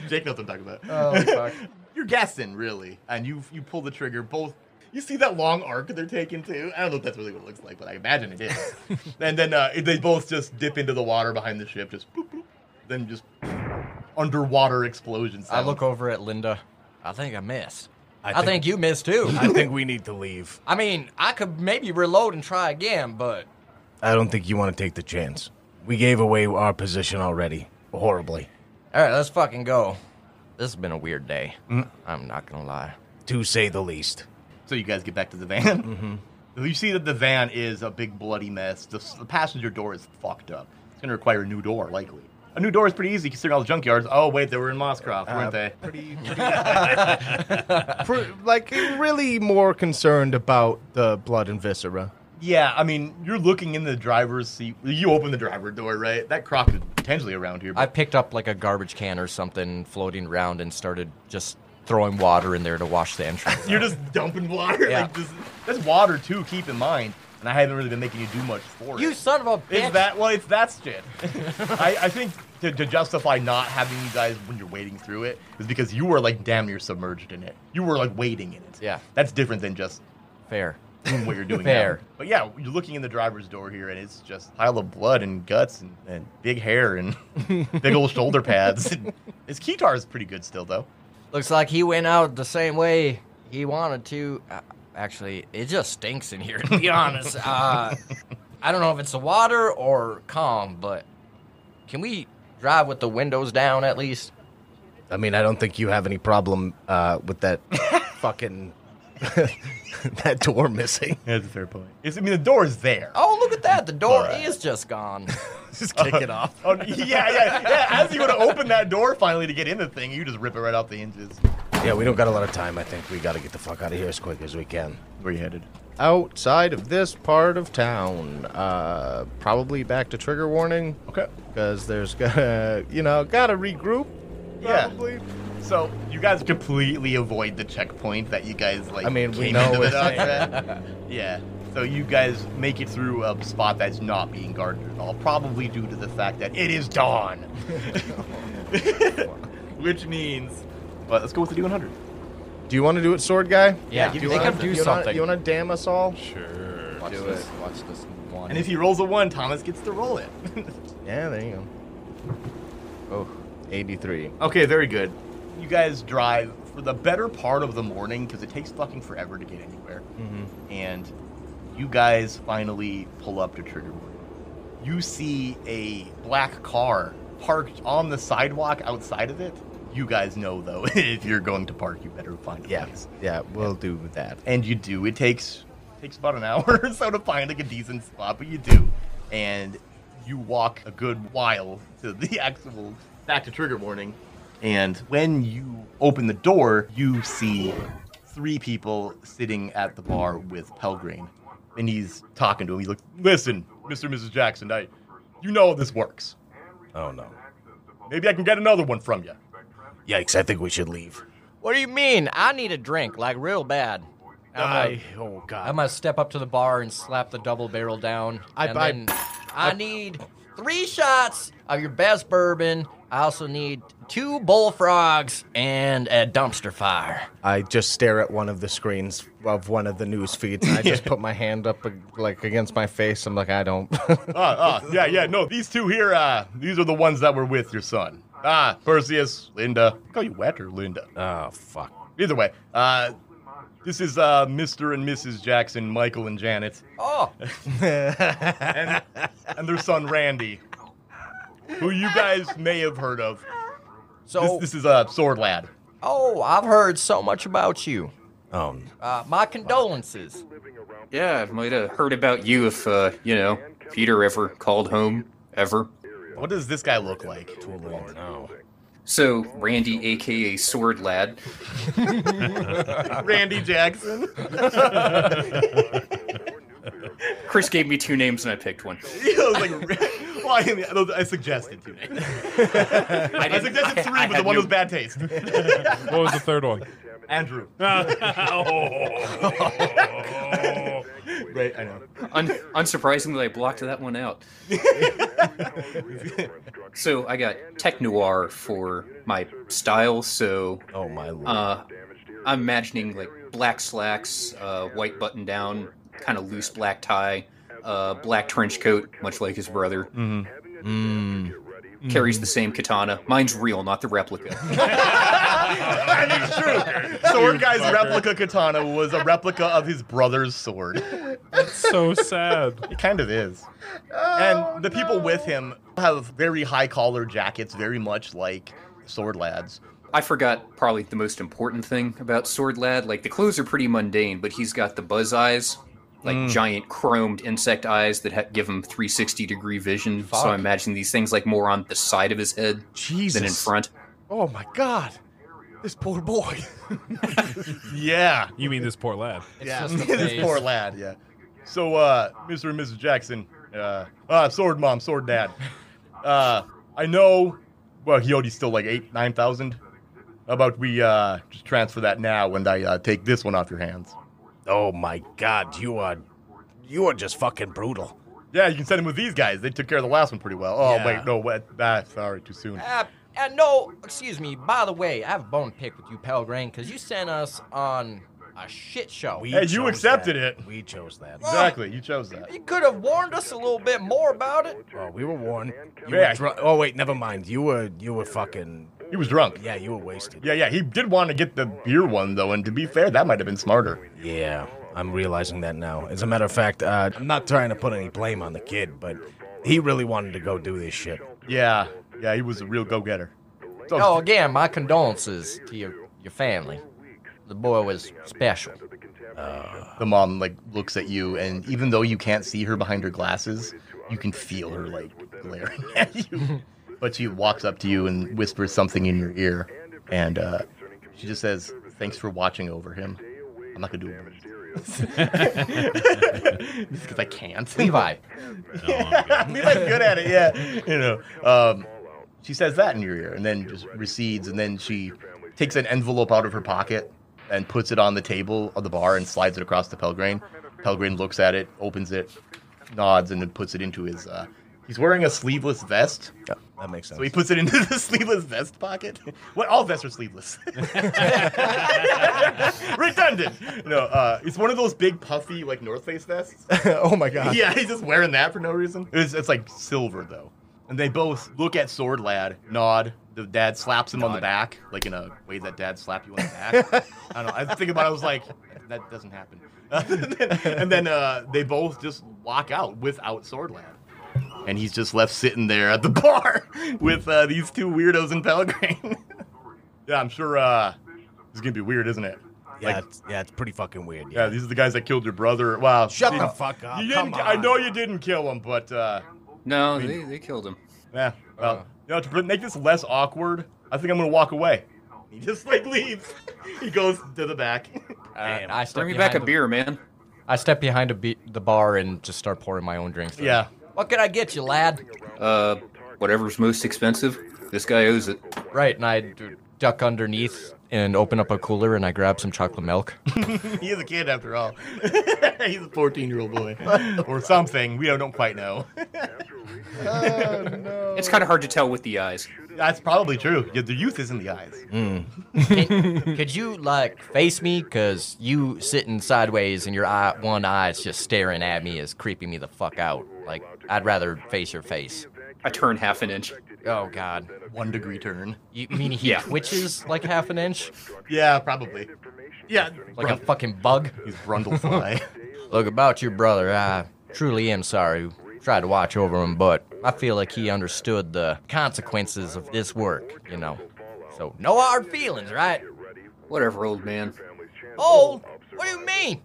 S1: Jake knows what I'm talking about.
S3: Oh, fuck.
S1: <laughs> You're guessing really, and you you pull the trigger. Both you see that long arc they're taking too. I don't know if that's really what it looks like, but I imagine it
S3: <laughs>
S1: is. and then uh, they both just dip into the water behind the ship, just boop, boop, then just underwater explosion.
S3: I
S1: Sound.
S3: look over at Linda. I think I missed. I
S2: I
S3: think,
S2: think-
S3: you missed too.
S2: I think we need to leave.
S3: I mean, I could maybe reload and try again, but
S2: I don't think you want to take the chance. We gave away our position already horribly.
S3: all right, let's fucking go. This has been a weird day.
S1: Mm.
S3: I'm not gonna lie.
S2: to say the least.
S1: So you guys get back to the van. <laughs>
S2: Mm-hmm.
S1: You see that the van is a big bloody mess. The, the passenger door is fucked up. It's going to require a new door, likely. A new door is pretty easy considering all the junkyards. Oh wait, they were in Moscroft,
S2: Uh,
S1: weren't they? <laughs>
S2: pretty-
S1: pretty
S2: like really more concerned about the blood and viscera.
S1: Yeah, I mean, you're looking in the driver's seat. You open the driver door, right? That croc is potentially around here.
S3: I picked up like a garbage can or something floating around and started just throwing water in there to wash
S1: <laughs>
S3: the entrance.
S1: You're just dumping water.
S3: Yeah.
S1: Like, just, that's water too. Keep in mind, and I haven't really been making you do much for it.
S3: You son of a
S1: It's
S3: bitch.
S1: that well, it's that shit. <laughs> I, I think to, to justify not having you guys when you're wading through it is because you were like damn near submerged in it. You were like wading in it.
S3: Yeah.
S1: That's different than just
S3: fair
S1: doing what you're
S2: <laughs>
S1: doing.
S3: Fair.
S1: now. But yeah, you're looking in the driver's door here, and it's just pile of blood and guts and, and big hair
S2: <laughs>
S1: and big old shoulder
S3: <laughs>
S1: pads. And his keytar is pretty good still, though.
S3: Looks like he went out the same way he wanted to. Uh, actually, it just stinks in here, to
S1: <laughs>
S3: be honest. Uh, I don't know if it's the water or calm, but can we drive with the windows down at least?
S2: I mean, I don't think you have any problem uh, with that
S1: <laughs>
S2: fucking <laughs> that door missing.
S1: That's a fair point. It's, I mean, the door is there.
S3: Oh, look at that. The door is just
S1: <laughs>
S3: gone.
S2: just
S1: kick
S3: <laughs>
S1: it off. Oh, <laughs> yeah, yeah, yeah. As you would have opened that door finally to get in the thing, you just rip it right off the hinges.
S2: Yeah, we don't got a lot of time. I think we got to get the fuck out of here as quick as we can.
S1: Where you headed?
S2: Outside of this part of town, uh, probably back to trigger warning.
S1: Okay.
S2: Because there's <laughs> gonna, you know, gotta regroup.
S1: Yeah. So you guys completely avoid the checkpoint that you guys like.
S2: I mean, we
S1: came
S2: know
S1: into the
S2: it's
S1: dock
S2: there.
S1: at. <laughs> yeah. So you guys make it through a spot that's not being guarded at all, probably due to the fact that it is dawn, <laughs> which means. Well, let's go with the D100.
S2: Do you want to do it, sword guy?
S1: Yeah,
S2: Do
S1: give
S2: you
S1: me
S2: wanna,
S1: something.
S2: you
S1: Do
S2: wanna-
S1: something.
S2: you want to damn us all?
S4: Sure.
S2: Watch Do
S1: this-
S2: Watch this one.
S1: And if he rolls a one, Thomas gets to roll it. <laughs>
S2: yeah, there you go. Oh, 83.
S1: Okay, very good. You guys drive for the better part of the morning because it takes fucking forever to get anywhere.
S2: Mhm.
S1: And you guys finally pull up to Triggerwood. You see a black car parked on the sidewalk outside of it. You guys know though, <laughs> <laughs> if you're going to park, you better find a
S2: Yeah,
S1: place.
S2: yeah, we'll do that.
S1: And you do. It takes takes about an <laughs> hour or so to find like a decent spot, but you do. And you walk a good while to the <laughs> actual back to trigger warning. And when you open the door, you see three people sitting at the bar with Pelgrane. And he's talking to him. He's like, Listen, Mr. and Mrs. Jackson, I you know this works.
S2: Oh no.
S1: Maybe I can get another one from you.
S2: Yikes, I think we should leave.
S3: What do you mean? I need a drink, like real bad. I'm
S2: I- oh, God.
S3: I'm gonna step up to the bar and slap the double barrel down.
S2: I-
S3: and
S2: I-
S3: then I, need three shots of your best bourbon. I also need two bullfrogs and a dumpster fire.
S2: I just stare at one of the screens of one of the news feeds. And
S1: <laughs>
S2: I just put my hand up uh, like against my face. I'm like, I don't.
S1: <laughs> Ah, ah, yeah, yeah. No, these two here, uh, these are the ones that were with your son. Ah, Perseus, Linda. I call you Wet or Linda?
S2: Oh, fuck.
S1: Either way, uh, this is uh, Mr. and Mrs. Jackson, Michael and Janet,
S3: Oh,
S1: <laughs> and, and their son Randy, who you guys may have heard of.
S3: so
S1: This, this is a uh, sword lad.
S3: oh, I've heard so much about you.
S2: Um,
S3: Uh, my condolences.
S13: Yeah, I might have heard about you if, uh, you know, Peter ever called home, ever.
S1: What does this guy look like? Oh,
S13: So, Randy, aka Sword Lad.
S1: <laughs> Randy <laughs> Jackson.
S13: Chris gave me two names and I picked one.
S1: He was like, <laughs> well, I, mean, those- I suggested
S13: <laughs>
S1: two names. I,
S13: didn't-
S1: suggested
S13: I-
S1: three,
S13: I
S1: but the
S13: had
S1: one
S13: no-
S1: was bad
S13: <laughs>
S1: taste.
S4: What was the third one? <laughs>
S1: Andrew.
S4: Oh.
S1: Right, I know.
S13: Un- unsurprisingly, I blocked that one out. so, I got Tech Noir for my style, so.
S2: Oh, my lord.
S13: Uh, I'm imagining like black slacks, uh, white button down, kind of loose black tie, uh, black trench coat, much like his brother. Mm.
S2: Mm.
S13: Carries the same katana. Mine's real, not the replica.
S1: It's true.
S2: <laughs>
S1: Sword guy's replica katana was a replica of his brother's sword.
S4: That's so sad.
S1: It kind of is. and the people with him have very high collar jackets, very much like sword lads.
S13: I forgot probably the most important thing about Sword Lad. Like the clothes are pretty mundane, but he's got the buzz eyes, like giant chromed insect eyes that ha- give him 360 degree vision. So I
S2: Fuck.
S13: imagine these things like more on the side of his head than in
S2: Jesus.
S13: front.
S2: Oh my god. This poor
S1: <laughs>
S2: boy.
S1: Yeah.
S4: You mean this poor lad?
S1: yeah, <laughs> this poor lad. Yeah. So, uh, Mr. and Mrs. Jackson, uh, uh, sword mom, sword dad. Uh, I know. Well, he owed you still like eight, nine thousand. How about we uh, just transfer that now, and I uh, take this one off your hands.
S2: Oh my god, you are you are just fucking brutal.
S1: Yeah, you can send him with these guys. They took care of the last one pretty well. Oh
S3: Yeah.
S1: wait, no, wait, ah, sorry, too soon.
S3: Uh, uh, no, excuse me. By the way, I have a bone to pick with you, Pelgrain, because you sent us on a shit show.
S1: hey, you accepted it.
S2: We chose that.
S1: Exactly, you chose that.
S3: You could have warned us a little bit more about it.
S2: Oh, we were warned. You
S1: Yeah.
S2: were drunk. Oh wait, never mind. You were you were fucking.
S1: He was drunk.
S2: Yeah, you were wasted.
S1: Yeah, yeah, he did want to get the beer one though, and to be fair, that might have been smarter.
S2: Yeah, I'm realizing that now. As a matter of fact, uh, I'm not trying to put any blame on the kid, but he really wanted to go do this shit.
S1: Yeah, yeah, he was a real go-getter.
S3: Oh, again, my condolences to your, your family. The boy was special.
S1: Uh, the mom like looks at you, and even though you can't see her behind her glasses, you can feel her like glaring <laughs> at you. but she walks up to you and whispers something in your ear, and uh, she just says, "Thanks for watching over him." I'm not gonna do it <laughs> just because I can't.
S3: Levi.
S1: <laughs> Levi's good at it. Yeah, you know. Um, she says that in your ear, and then just recedes, and then she takes an envelope out of her pocket and puts it on the table of the bar and slides it across to Pelgrain. Pelgrain looks at it, opens it, nods, and then puts it into his. Uh, he's wearing a sleeveless vest.
S2: that makes sense.
S1: So he puts it into the <laughs> sleeveless vest pocket. <laughs> What all vests are sleeveless. <laughs> Redundant. No, uh, it's one of those big puffy like North Face vests.
S2: oh my god.
S1: Yeah, he's just wearing that for no reason. It's, it's like silver though, and they both look at Sword Lad, nod. The dad slaps him on the back, like in a way that dad slap you on the back. I don't know. I was thinking about. it, I was like, that doesn't happen. <laughs> and then uh, they both just walk out without Sword Lad, and he's just left sitting there at the bar with uh, these two weirdos in Pelgrane. <laughs> yeah, I'm sure uh, it's gonna be weird, isn't it?
S2: Yeah,
S1: Like-
S2: it's, yeah, it's pretty fucking weird.
S1: yeah, these are the guys that killed your brother. Wow.
S2: Shut
S1: You-
S2: the fuck up.
S1: You
S2: Come
S1: didn't,
S2: on.
S1: I know you <laughs> didn't kill him, but uh,
S13: No,
S1: I mean-
S13: they, they killed him.
S1: yeah. Well,
S2: Oh.
S1: you know, to pr- make this less awkward, I think I'm gonna walk away. He just like leaves. <laughs> he goes to the back.
S2: Uh,
S3: And I step
S13: Bring me back a
S3: behind the-
S13: beer, man.
S3: I step behind a be- the bar and just start pouring my own drinks.
S1: Yeah.
S3: What can I get you, lad?
S13: Uh, whatever's most expensive, this guy owes it.
S3: Right, and I d- duck underneath and open up a cooler and I grab some chocolate milk.
S1: <laughs> he is a kid after all. He's a 14 year old boy <laughs> or something. We don't, don't quite know.
S13: It's kind of hard to tell with the eyes.
S1: That's probably true. Yeah, the youth is in the eyes. Mm. <laughs>
S3: Could you like face me? Cause you sitting sideways and your eye, one eye is just staring at me is creeping me the fuck out. Like I'd rather face your face.
S13: I turn half an inch.
S3: Oh god.
S1: One degree turn.
S3: You mean he
S13: Yeah.
S3: twitches like half an inch,
S1: Yeah, probably. Yeah,
S3: like a fucking bug?
S1: He's Brundlefly.
S3: <laughs> Look about your brother. I truly am sorry. Tried to watch over him, but I feel like he understood the consequences of this work. You know. So no hard feelings, right?
S13: Whatever, old
S3: <laughs>
S13: man.
S3: Old? Oh, What do you mean?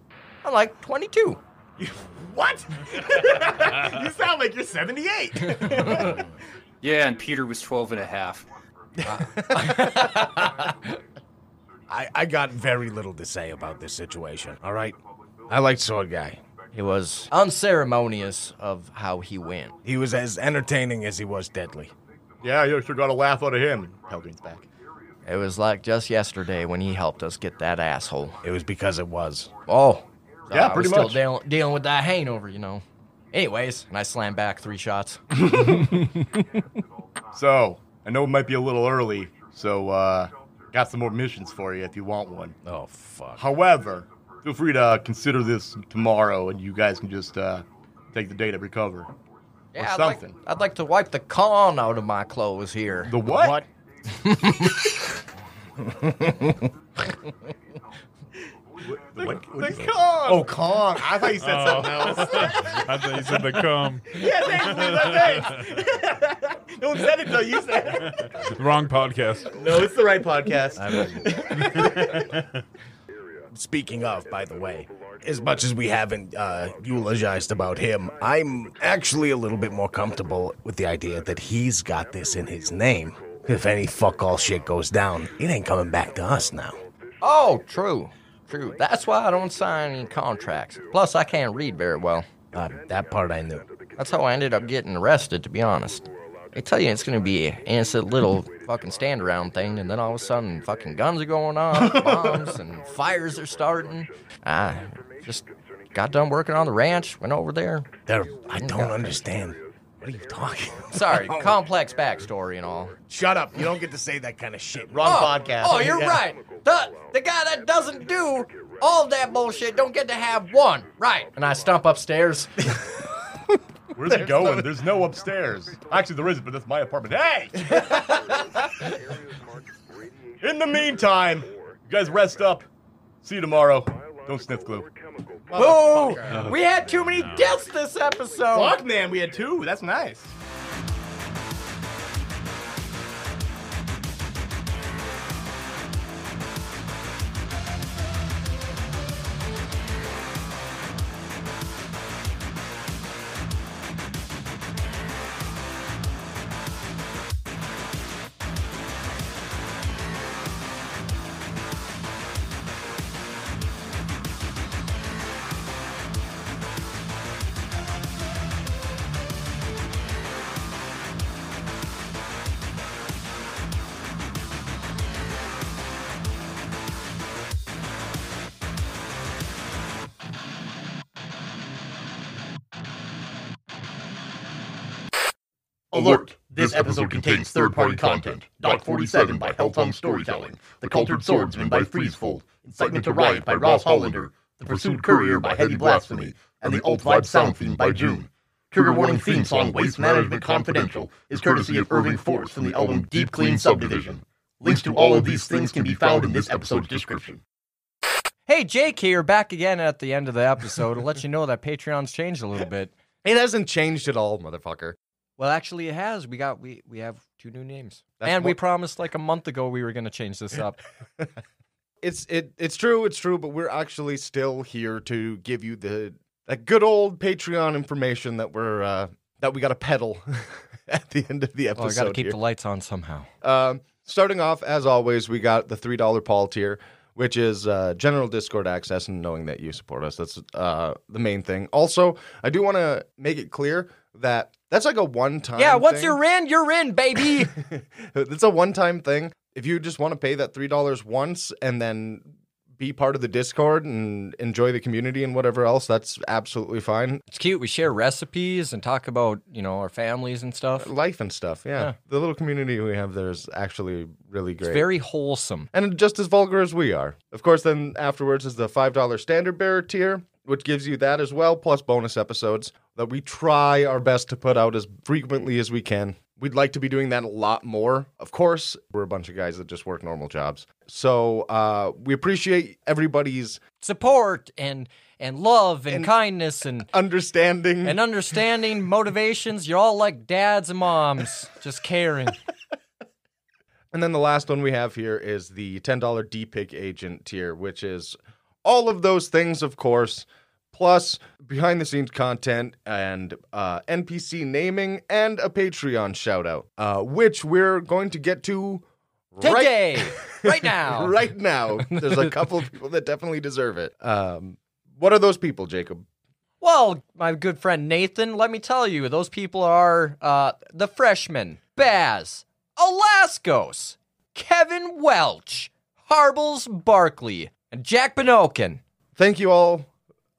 S3: I'm like 22.
S1: <laughs> what? you sound like you're <laughs>
S3: <laughs>
S1: 78.
S13: Yeah, and Peter was 12 and a half.
S2: I, I got very little to say about this situation. All right. I liked Sword Guy.
S3: It was unceremonious of how he went.
S2: He was as entertaining as he was deadly.
S1: yeah, you sure got a laugh out of him. Pelgrim's back.
S3: It was like just yesterday when he helped us get that asshole.
S2: It was because it was.
S3: Oh.
S1: Yeah,
S3: I was
S1: pretty
S3: still
S1: much.
S3: deal- dealing with that hangover, you know. Anyways, and I slam back
S1: <laughs>
S3: three shots.
S1: So, I know it might be a little early, so uh, got some more missions for you if you want one.
S2: Oh fuck.
S1: However, feel free to consider this tomorrow, and you guys can just uh, take the day to recover
S3: Yeah,
S1: or
S3: I'd like-
S1: something.
S3: I'd like, to wipe the con out of my clothes here.
S1: The what? <laughs>
S3: <laughs>
S1: The what? The con. <laughs> Oh, con. I thought you
S3: Oh.
S1: said something else.
S4: Oh. <laughs>
S3: <laughs>
S4: I thought you said the cum.
S1: yeah, thanks, Lisa,
S3: <laughs>
S1: thanks. no one said it <laughs> until you said it.
S4: Wrong podcast.
S1: No, it's the right podcast.
S2: <laughs> speaking of, by the way, as much as we haven't uh, eulogized about him, I'm actually a little bit more comfortable with the idea that he's got this in his name. If any fuck all shit goes down, it ain't coming back to us now.
S3: Oh, true. True. That's why I don't sign any contracts. Plus, I can't read very well.
S2: Uh, that part I knew.
S3: That's how I ended up getting arrested, to be honest. They tell you it's going to be an innocent little fucking stand around thing, and then all of a sudden, fucking guns are going
S2: <laughs>
S3: off, bombs, and fires are starting. I just got done working on the ranch, went over there.
S2: There, I don't understand. What are you talking
S3: <laughs> Sorry, complex backstory and all.
S2: Shut up. You don't get to say that kind of shit.
S3: oh, Oh, you're right. The the guy that doesn't do all that bullshit don't get to have one. Right. And I stomp upstairs.
S1: <laughs> Where's it going? There's no upstairs. Actually, there is, but that's my apartment. Hey! <laughs> In the meantime, you guys rest up. See you tomorrow. Don't sniff glue.
S3: Whoa! We had too many deaths this episode.
S1: Fuck, man, we had two. That's nice.
S14: Alert! This episode contains third-party content. Doc 47 by Helltongue Storytelling. The Cultured Swordsman by Freezeful. Incitement to Riot by Ross Hollander. The Pursued Courier by Heavy Blasphemy. And the Alt Vibe Sound Theme by June. Trigger Warning theme song Waste Management Confidential is courtesy of Irving Force from the album Deep Clean Subdivision. Links to all of these things can be found in this episode's description.
S3: Hey, Jake here, back again at the end of the episode to let you know that Patreon's changed a little bit.
S7: It hasn't changed at all, motherfucker.
S3: Well, actually, it has. We got we we have two new names,
S7: That's
S3: and we
S7: what-
S3: promised like a month ago we were going to change this
S2: <laughs>
S3: up.
S7: It's it it's true, it's true, but we're actually still here to give you the that good old Patreon information that we're uh that we got to peddle <laughs> at the end of
S2: Oh,
S7: the episode.
S3: well, Oh, I got to keep
S7: here.
S3: the lights on somehow.
S7: Um, starting off, as always, we got the three dollar Paul tier, which is uh, general Discord access and knowing that you support us. That's uh, the main thing. Also, I do want to make it clear that that's like a one time.
S3: yeah, once you're in, you're in,
S7: <laughs>
S3: baby.
S7: It's a one time thing. If you just want to pay that three dollars once and then be part of the Discord and enjoy the community and whatever else, that's absolutely fine.
S3: It's cute. We share recipes and talk about you know our families and stuff,
S7: life and stuff. Yeah, the little community we have there is actually really great.
S3: very wholesome.
S7: and just as vulgar as we are. Of course, then afterwards is the $5 standard bearer tier, which gives you that as well, plus bonus episodes that we try our best to put out as frequently as we can. We'd like to be doing that a lot more. Of course, we're a bunch of guys that just work normal jobs. So uh, we appreciate everybody's
S3: support and and love and, kindness and
S7: <laughs> understanding
S3: and understanding motivations. You're all like dads and moms, just caring.
S7: And then the last one we have here is the $10 D-Pick agent tier, which is all of those things, of course, plus behind the scenes content and uh, NPC naming and a Patreon shout out, uh, which we're going to get to right-
S3: Today,
S7: <laughs>
S3: right now.
S7: right now. There's a couple of people that definitely deserve it. Um, what are those people, Jacob?
S3: Well, my good friend Nathan, let me tell you, those people are uh, the freshmen Baz, Alaskos, Kevin Welch, Harbles Barkley, and Jack Benokin.
S7: Thank you all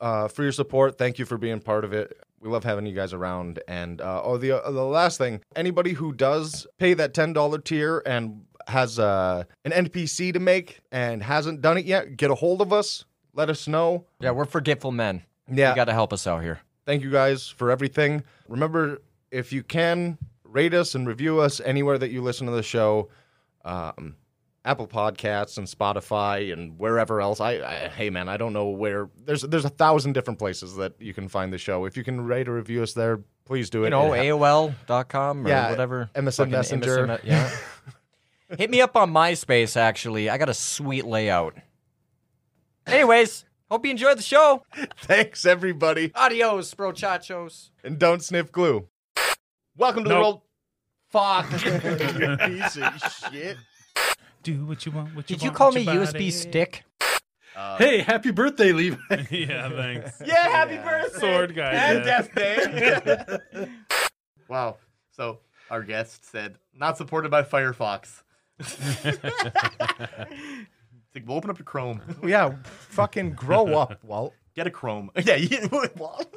S7: uh, for your support. Thank you for being part of it. We love having you guys around. And uh, oh, the uh, the last thing, anybody who does pay that ten dollar tier and has uh, an NPC to make and hasn't done it yet, get a hold of us. Let us know.
S3: Yeah, we're forgetful men.
S7: Yeah,
S3: You got to help us out here.
S7: Thank you guys for everything. Remember, if you can, rate us and review us anywhere that you listen to the show. Um, Apple Podcasts and Spotify and wherever else. I, I hey man, I don't know where. There's there's a thousand different places that you can find the show. If you can rate or review us there, please do it.
S3: You know,
S7: It-
S3: AOL.com or
S7: Yeah,
S3: whatever.
S7: MSN
S3: Fucking
S7: Messenger.
S3: MSN
S7: <laughs>
S3: yeah. Hit me up on MySpace, actually. I got a sweet layout. Anyways, hope you enjoyed the show.
S7: <laughs> Thanks, everybody.
S3: Adios, brochachos.
S7: And don't sniff glue.
S1: Welcome to the
S7: Nope.
S1: world. <laughs>
S3: Fuck.
S1: Piece of shit.
S4: Do what you want. What you
S3: Did you
S4: want
S3: call
S4: with
S3: me
S4: your body.
S3: USB stick?
S5: hey, happy birthday, Levi.
S4: <laughs> yeah, thanks.
S1: Yeah, happy birthday.
S4: Sword guy,
S1: And
S4: yeah.
S1: Death Day. <laughs> wow. So our guest said, not supported by <laughs> Firefox. It's like, well, open up your Chrome.
S7: Yeah, fucking grow up, Walt.
S1: Get a <laughs> Chrome. Yeah, you, Walt.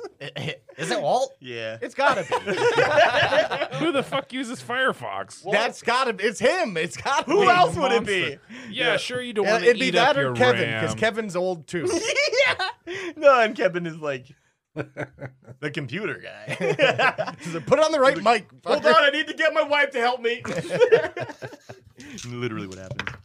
S3: Is it Walt?
S1: Yeah.
S7: It's gotta be.
S4: <laughs> Who the fuck uses Firefox?
S7: That's gotta be. It's him. It's gotta
S1: Who
S7: be.
S1: else would it be?
S8: Yeah, sure you don't
S7: Yeah,
S8: want to
S7: it'd be
S8: eat
S7: that
S8: up
S7: or
S8: your
S7: Kevin,
S8: RAM.
S7: Kevin's old too.
S1: <laughs> yeah. No, and Kevin is
S7: <laughs>
S1: like the computer guy.
S7: <laughs> He's like, Put on the right mic.
S1: Hold
S7: fucker." <laughs>
S1: on, I need to get my wife to help me. <laughs> Literally what happens.